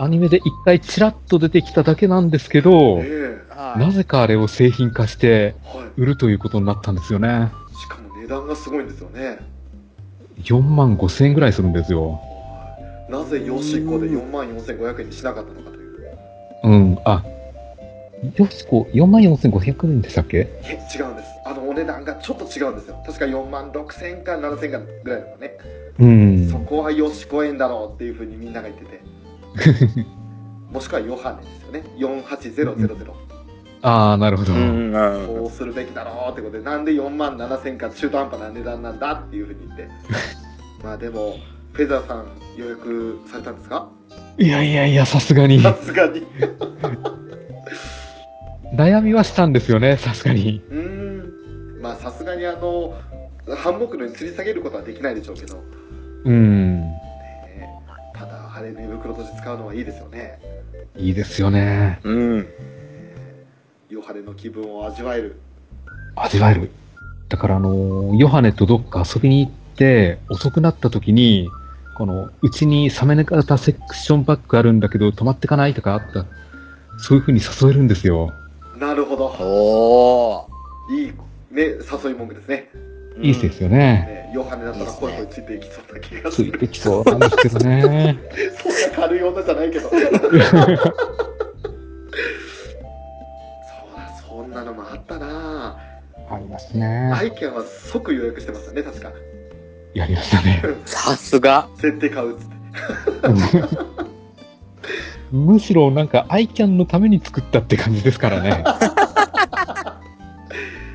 Speaker 2: アニメで一回チラッと出てきただけなんですけど、
Speaker 1: え
Speaker 2: な
Speaker 3: はい。
Speaker 2: ぜかあれを製品化して
Speaker 1: えはい
Speaker 2: 売るということになったんですよね。
Speaker 1: しかも値段がすごいんですよね
Speaker 2: 4万5千円ぐらいするんですよ。
Speaker 1: はいなぜヨシコで4万4500円にしなかったのかという
Speaker 2: うん、あ、よしこ、4万4500円でしたっけ
Speaker 1: え違うんですあのお値段がちょっと違うんですよ確か4万6000円か7000円かぐらいのね、
Speaker 2: う
Speaker 1: そ
Speaker 2: ん。
Speaker 1: こはヨシコ円だろうっていうふうにみんなが言ってて
Speaker 2: [laughs]
Speaker 1: もしくはヨハネですよね48000、
Speaker 2: ああ、なるほど。
Speaker 3: うん、うん
Speaker 1: こうするべきだろうってことでなんで4万7000か中途半端な値段なんだっていうふうに言って
Speaker 2: [laughs]
Speaker 1: まあでもフェザーさん予約されたんですか
Speaker 2: いやいやいや、さすがに。
Speaker 1: さすがに
Speaker 2: 悩みはしたんですよね、さすがに。
Speaker 1: うーんまあさすがにあのハンモックのように吊り下げることはできないでしょうけど、ね
Speaker 2: うん。
Speaker 1: え、ただ羽の寝袋として使うのはいいですよね
Speaker 2: いいですよね。
Speaker 3: うん。
Speaker 1: ヨハネの気分を味わえる
Speaker 2: 味わえる。だから、あのーヨハネとどっか遊びに行って、遅くなった時に、この、うちにサメネカタセクションバッグあるんだけど、泊まってかないとかあった。そういう風に誘えるんですよ。
Speaker 1: なるほど
Speaker 3: おー。
Speaker 1: いい、ね、誘い文句ですね
Speaker 2: いいです
Speaker 3: よ。
Speaker 2: よね。
Speaker 1: ねヨハネだったらこいこいついていきそうな気がす
Speaker 2: つい
Speaker 1: る
Speaker 2: てきそうなんですけどね。
Speaker 1: そんな軽い女じゃないけどそうだそんなのもあったな
Speaker 2: [laughs] ありますね。
Speaker 1: アイキャンは即予約してましたね確か
Speaker 2: やりましたね。
Speaker 3: さすが。
Speaker 1: 絶対買うっつって
Speaker 2: むしろなんか、アイキャンのために作ったって感じですからね。
Speaker 1: ね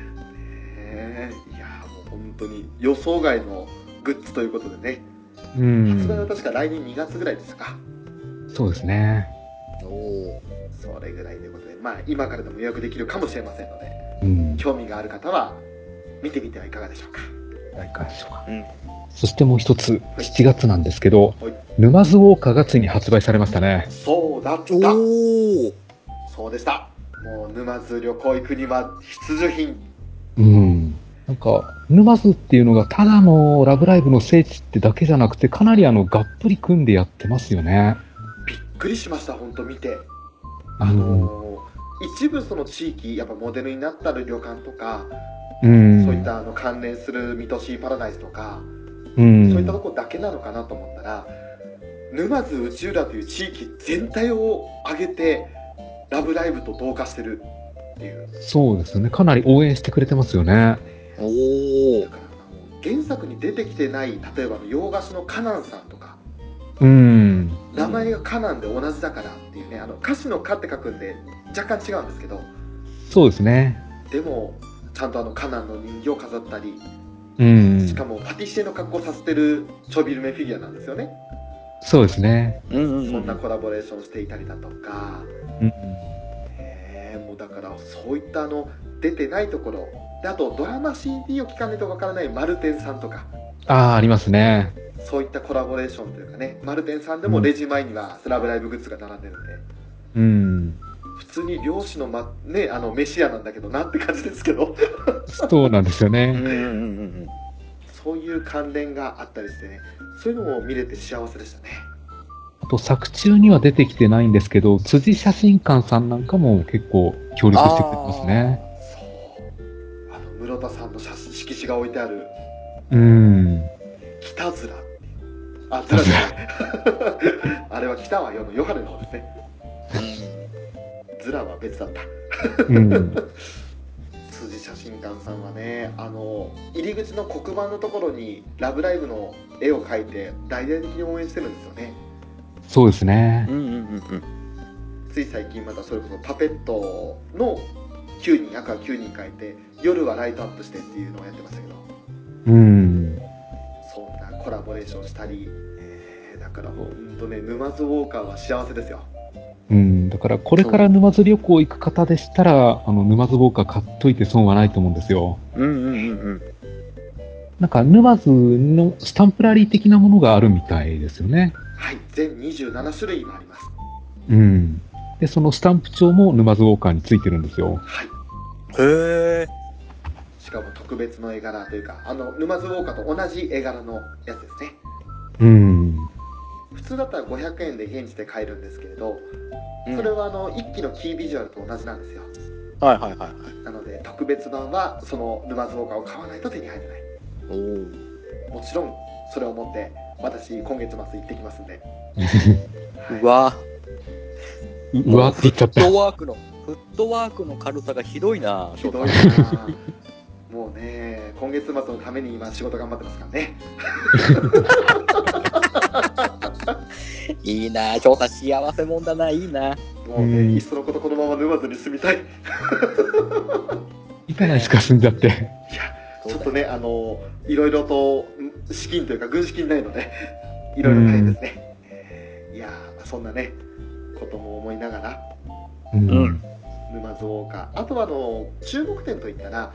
Speaker 1: えいやーもう本当に予想外のグッズということでね、
Speaker 2: う [laughs]
Speaker 1: 発売は
Speaker 2: ん。
Speaker 1: 確か来年2月ぐらいですか、
Speaker 2: そうですね。
Speaker 3: おお。
Speaker 1: それぐらいということで、まあ、今からでも予約できるかもしれませんので、
Speaker 2: うん。
Speaker 1: 興味がある方は見てみてはいかがでしょうか。
Speaker 2: いかがでしょうか。
Speaker 3: うん。
Speaker 2: そしてもう一つ、7月なんですけど
Speaker 1: はい、
Speaker 2: 沼津ウォーカーがついに発売されましたね。
Speaker 1: そうだった、
Speaker 3: おお。
Speaker 1: そうでした、もう沼津旅行行くには必需品、
Speaker 2: うん。なんか、沼津っていうのがただのラブライブの聖地ってだけじゃなくて、かなりあの、がっぷり組んでやってますよね。
Speaker 1: びっくりしました、本当、見て。
Speaker 2: あ
Speaker 1: あ
Speaker 2: の、
Speaker 1: のー一部その地域、やっぱモデルになったる旅館とか、
Speaker 2: う
Speaker 1: そういっ
Speaker 2: ん。
Speaker 1: たあの関連する三都シーパラダイスとか、
Speaker 2: う
Speaker 1: そういったと
Speaker 2: ん。
Speaker 1: こだけなのかなと思ったら沼津内浦という地域全体を挙げて「ラブライブ!」と同化してるっていう
Speaker 2: そうですよね。かなり応援してくれてますよね。
Speaker 3: お
Speaker 1: だからあの原作に出てきてない例えばあの洋菓子のカナンさんとか
Speaker 2: うん。
Speaker 1: 名前がカナンで同じだからっていうねあの歌手の「カ」って書くんで若干違うんですけど
Speaker 2: そうですね。
Speaker 1: でもちゃんとあのカナンの人形を飾ったり
Speaker 2: うん
Speaker 1: し。かもパティシエの格好させてるチョビルメフィギュアなんですよね
Speaker 2: そうですね。
Speaker 3: うんうん
Speaker 1: そんなコラボレーションしていたりだとか
Speaker 2: うん。
Speaker 1: ねえもうだからそういったあの出てないところであとドラマ CD を聴かないとわからないマルテンさんとか
Speaker 2: ああ、ありますね。
Speaker 1: そういったコラボレーションというかねマルテンさんでもレジ前には「スラブライブ!」グッズが並んでるんで
Speaker 2: うん。
Speaker 1: 普通に漁師の,、まね、あの飯屋なんだけどなって感じですけど
Speaker 2: そうなんですよ
Speaker 3: うん
Speaker 2: ね。
Speaker 3: うんうん
Speaker 1: そういう関連があったりしてねそういうのも見れて幸せでしたね
Speaker 2: あと、作中には出てきてないんですけど、辻写真館さんなんかも結構協力してくれてますね。
Speaker 1: そうあの室田さんの写真色紙が置いてある
Speaker 2: うん。
Speaker 1: 「北面」あずらじゃない [laughs] あれは北は世のヨハネの方ですねズラは別だった
Speaker 2: [laughs] うん。
Speaker 1: 辻写真館さんはねあの入り口の黒板のところに「ラブライブ!」の絵を描いて大々的に応援してるんですよね
Speaker 2: そうですね
Speaker 3: う。んうんうんうん
Speaker 1: つい最近またそれこそパペットの9人約は9人描いて夜はライトアップしてっていうのをやってましたけど
Speaker 2: うん。
Speaker 1: そんなコラボレーションしたり、えーだからほんとね沼津ウォーカーは幸せですよ
Speaker 2: うん。だから、これから沼津旅行行く方でしたら、あの、沼津ウォーカー買っといて損はないと思うんですよ。
Speaker 3: うんうんうんうん
Speaker 2: なんか、沼津のスタンプラリー的なものがあるみたいですよね。
Speaker 1: はい全27種類もあります
Speaker 2: うん。で、そのスタンプ帳も沼津ウォーカーについてるんですよ。
Speaker 1: はい
Speaker 3: へえ。
Speaker 1: ししかも特別の絵柄というかあの沼津ウォーカーと同じ絵柄のやつですね
Speaker 2: うん。
Speaker 1: 普通だったら500円で現地で買えるんですけれど
Speaker 3: うん
Speaker 1: それはあの一期のキービジュアルと同じなんですよ
Speaker 3: はいはいはいはい。
Speaker 1: なので特別版はその沼津ウォーカーを買わないと手に入らない
Speaker 3: おー
Speaker 1: もちろんそれを持って私今月末行ってきますんで、はいう
Speaker 3: わ
Speaker 2: うわって言っちゃっ
Speaker 3: フ
Speaker 2: た
Speaker 3: ッ。トワークの、フットワークの軽さがひどいな
Speaker 1: ひどいなもうね今月末のために今仕事頑張ってますからね
Speaker 3: いいな翔太幸せもんだな、いいな
Speaker 1: もうね
Speaker 2: うん
Speaker 1: いっそのことこのまま沼津に住みたい
Speaker 2: いいじゃないですか、住んじゃって。
Speaker 1: ちょっとねあのいろいろとん資金というか軍資金ないのでいろいろ大変ですね、いやーそんなねことも思いながら
Speaker 2: うん。
Speaker 3: うん
Speaker 1: 沼津ウォーカーあとはあの注目点といったら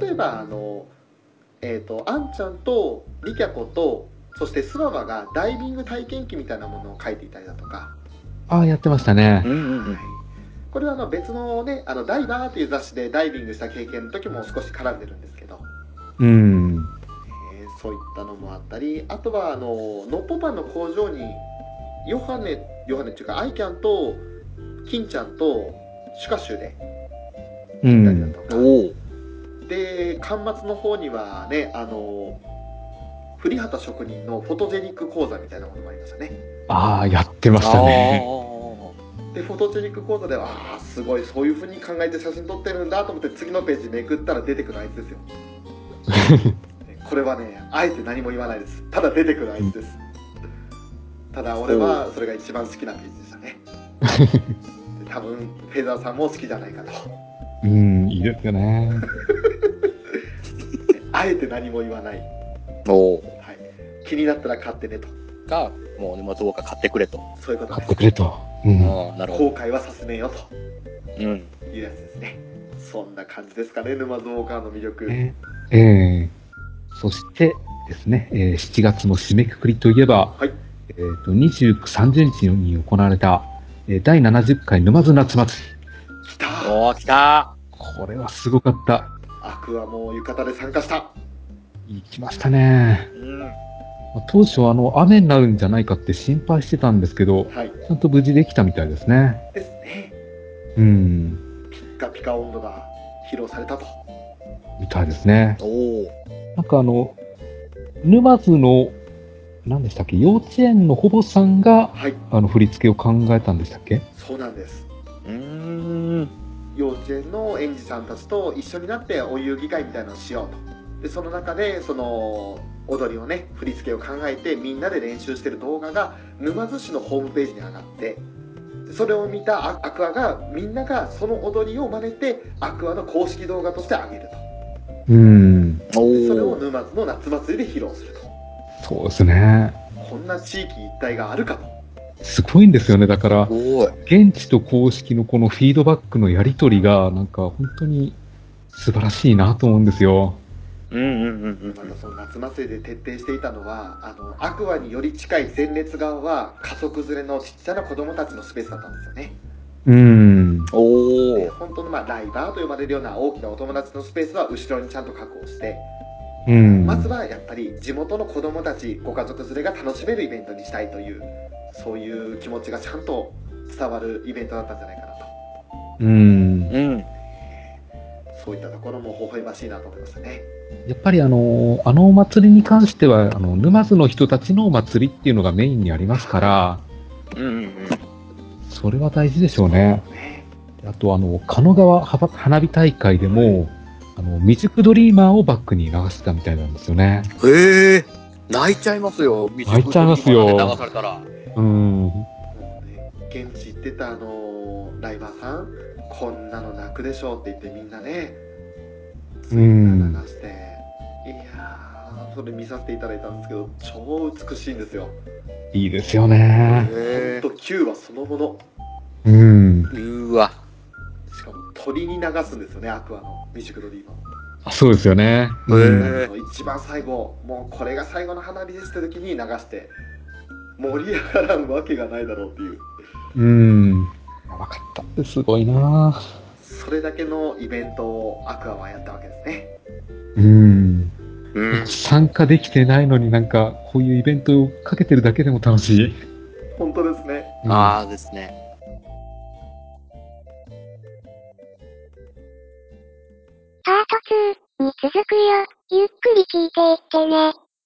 Speaker 1: 例えばあのえっ、とあんちゃんとりきゃことそしてスワワがダイビング体験記みたいなものを書いていたりだとか、
Speaker 2: ああ、やってましたね。
Speaker 3: んうん
Speaker 1: はい。これはあの別のね「あのダイバー」という雑誌でダイビングした経験の時も少し絡んでるんですけど、
Speaker 2: うん。
Speaker 1: えーそういったのもあったりあとはあののっぽパンの工場にヨハネヨハネっていうかアイキャンとキンちゃんとシュカシュで
Speaker 2: う
Speaker 1: 行ったりだ
Speaker 2: ん。
Speaker 1: とか、
Speaker 3: おお。
Speaker 1: で巻末の方にはねあの栗畑職人のフォトジェニック講座みたいなものもありましたね
Speaker 2: ああ、やってましたね。
Speaker 1: でフォトジェニック講座ではああすごいそういう風に考えて写真撮ってるんだと思って次のページめくったら出てくるあいつです [laughs] よこれはねあえて何も言わないですただ出てくるあいつですただ俺はそれが一番好きなページで [laughs] したねで多分フェザーさんも好きじゃないかと
Speaker 2: うん、いいですよね。
Speaker 1: であえて何も言わない、
Speaker 3: おお。
Speaker 1: はい、気になったら買ってねと
Speaker 3: が、もう沼津ウォーカー買ってくれと。
Speaker 1: そういうこと
Speaker 2: 買
Speaker 1: です
Speaker 2: ってくれと。うん。
Speaker 3: ああ、なるほ
Speaker 1: 後悔はさせねえよと
Speaker 3: ど。うん。
Speaker 1: いうやつですねそんな感じですかね沼津ウォーカーの魅力、
Speaker 2: ねええそしてですね、えー7月の締めくくりといえば、
Speaker 1: はい
Speaker 2: えー、と29、30日に行われた、えー第70回沼津夏祭り。
Speaker 1: 来た
Speaker 3: おお、来た
Speaker 2: これはすごかった。
Speaker 1: アクアも浴衣で参加した
Speaker 2: 行きましたね。
Speaker 3: うん。
Speaker 2: まあ当初あの、雨になるんじゃないかって心配してたんですけど、
Speaker 1: はい
Speaker 2: ちゃんと無事できたみたいですね。
Speaker 1: ですね
Speaker 2: うん。
Speaker 1: ピッカピカ温度が披露されたと
Speaker 2: みたいですね。
Speaker 3: おお。
Speaker 2: なんかあの、沼津の、何でしたっけ、幼稚園のほぼさんが、
Speaker 1: はい
Speaker 2: あの、振り付けを考えたんでしたっけ
Speaker 1: そうなんです
Speaker 3: うーん。
Speaker 1: 幼稚園の園児さんたちと一緒になってお遊戯会みたいなのをしようとでその中でその踊りをね振り付けを考えてみんなで練習してる動画が沼津市のホームページに上がってでそれを見たアアクアがみんながその踊りを真似てアクアの公式動画として上げる
Speaker 2: うん。
Speaker 3: お
Speaker 1: とでそれを
Speaker 3: お。
Speaker 1: 沼津の夏祭りで披露すると
Speaker 2: そうですね。
Speaker 1: こんな地域一体があるかと
Speaker 2: すごいんですよね。だから、
Speaker 3: おお。
Speaker 2: 現地と公式のこのフィードバックのやりとりが、なんか本当に素晴らしいなと思うんですよ。
Speaker 3: うんうんうんうん
Speaker 1: またその夏祭りで徹底していたのはあのアクアにより近い前列側は家族連れのちっちゃな子供たちのスペースだったんですよね
Speaker 2: うん。
Speaker 3: お
Speaker 1: で
Speaker 3: お。
Speaker 1: 本当のまあライバーと呼ばれるような大きなお友達のスペースは後ろにちゃんと確保して、
Speaker 2: うん。
Speaker 1: まずはやっぱり地元の子供たちご家族連れが楽しめるイベントにしたいというそういう気持ちがちゃんと伝わるイベントだったんじゃないかなと
Speaker 2: うん。
Speaker 3: うん。
Speaker 1: そういったところも微笑ましいなと思いましたね
Speaker 2: やっぱりあの、あのお祭りに関しては、あの、沼津の人たちのお祭りっていうのがメインにありますから、
Speaker 3: うんうんうん。
Speaker 2: それは大事でしょうね。
Speaker 1: ね
Speaker 2: あとあの、狩野川花花火大会でも、あの、未熟ドリーマーをバックに流してたみたいなんですよね。
Speaker 3: へえ。泣いちゃいますよ。道
Speaker 2: 泣いちゃいますよ
Speaker 3: 流されたら。
Speaker 2: うん。
Speaker 1: もうね現地行ってたあのライバーさんこんなの泣くでしょうって言ってみんなね
Speaker 2: うん
Speaker 1: 流していやーそれ見させていただいたんですけど超美しいんですよ
Speaker 2: いいですよね。
Speaker 1: ほん
Speaker 3: へ
Speaker 1: と9はそのもの
Speaker 2: うん。
Speaker 3: え。うわ。
Speaker 1: しかも鳥に流すんですよねアクアのミュージックドリームを
Speaker 2: あそうですよね。
Speaker 3: へ
Speaker 2: うん
Speaker 3: え。
Speaker 1: あの一番最後もうこれが最後の花火ですって時に流して盛り上がらんわけがないだろうっていう
Speaker 2: うん。わかった。すごいなぁ
Speaker 1: そそれだけのイベントをアクアはやったわけですね。
Speaker 2: うん。
Speaker 3: うん。
Speaker 2: 参加できてないのになんか、こういうイベントをかけてるだけでも楽しい。
Speaker 1: 本当ですね。
Speaker 3: ああですね。
Speaker 4: パート2に続くよ。ゆっくり聞いていってね。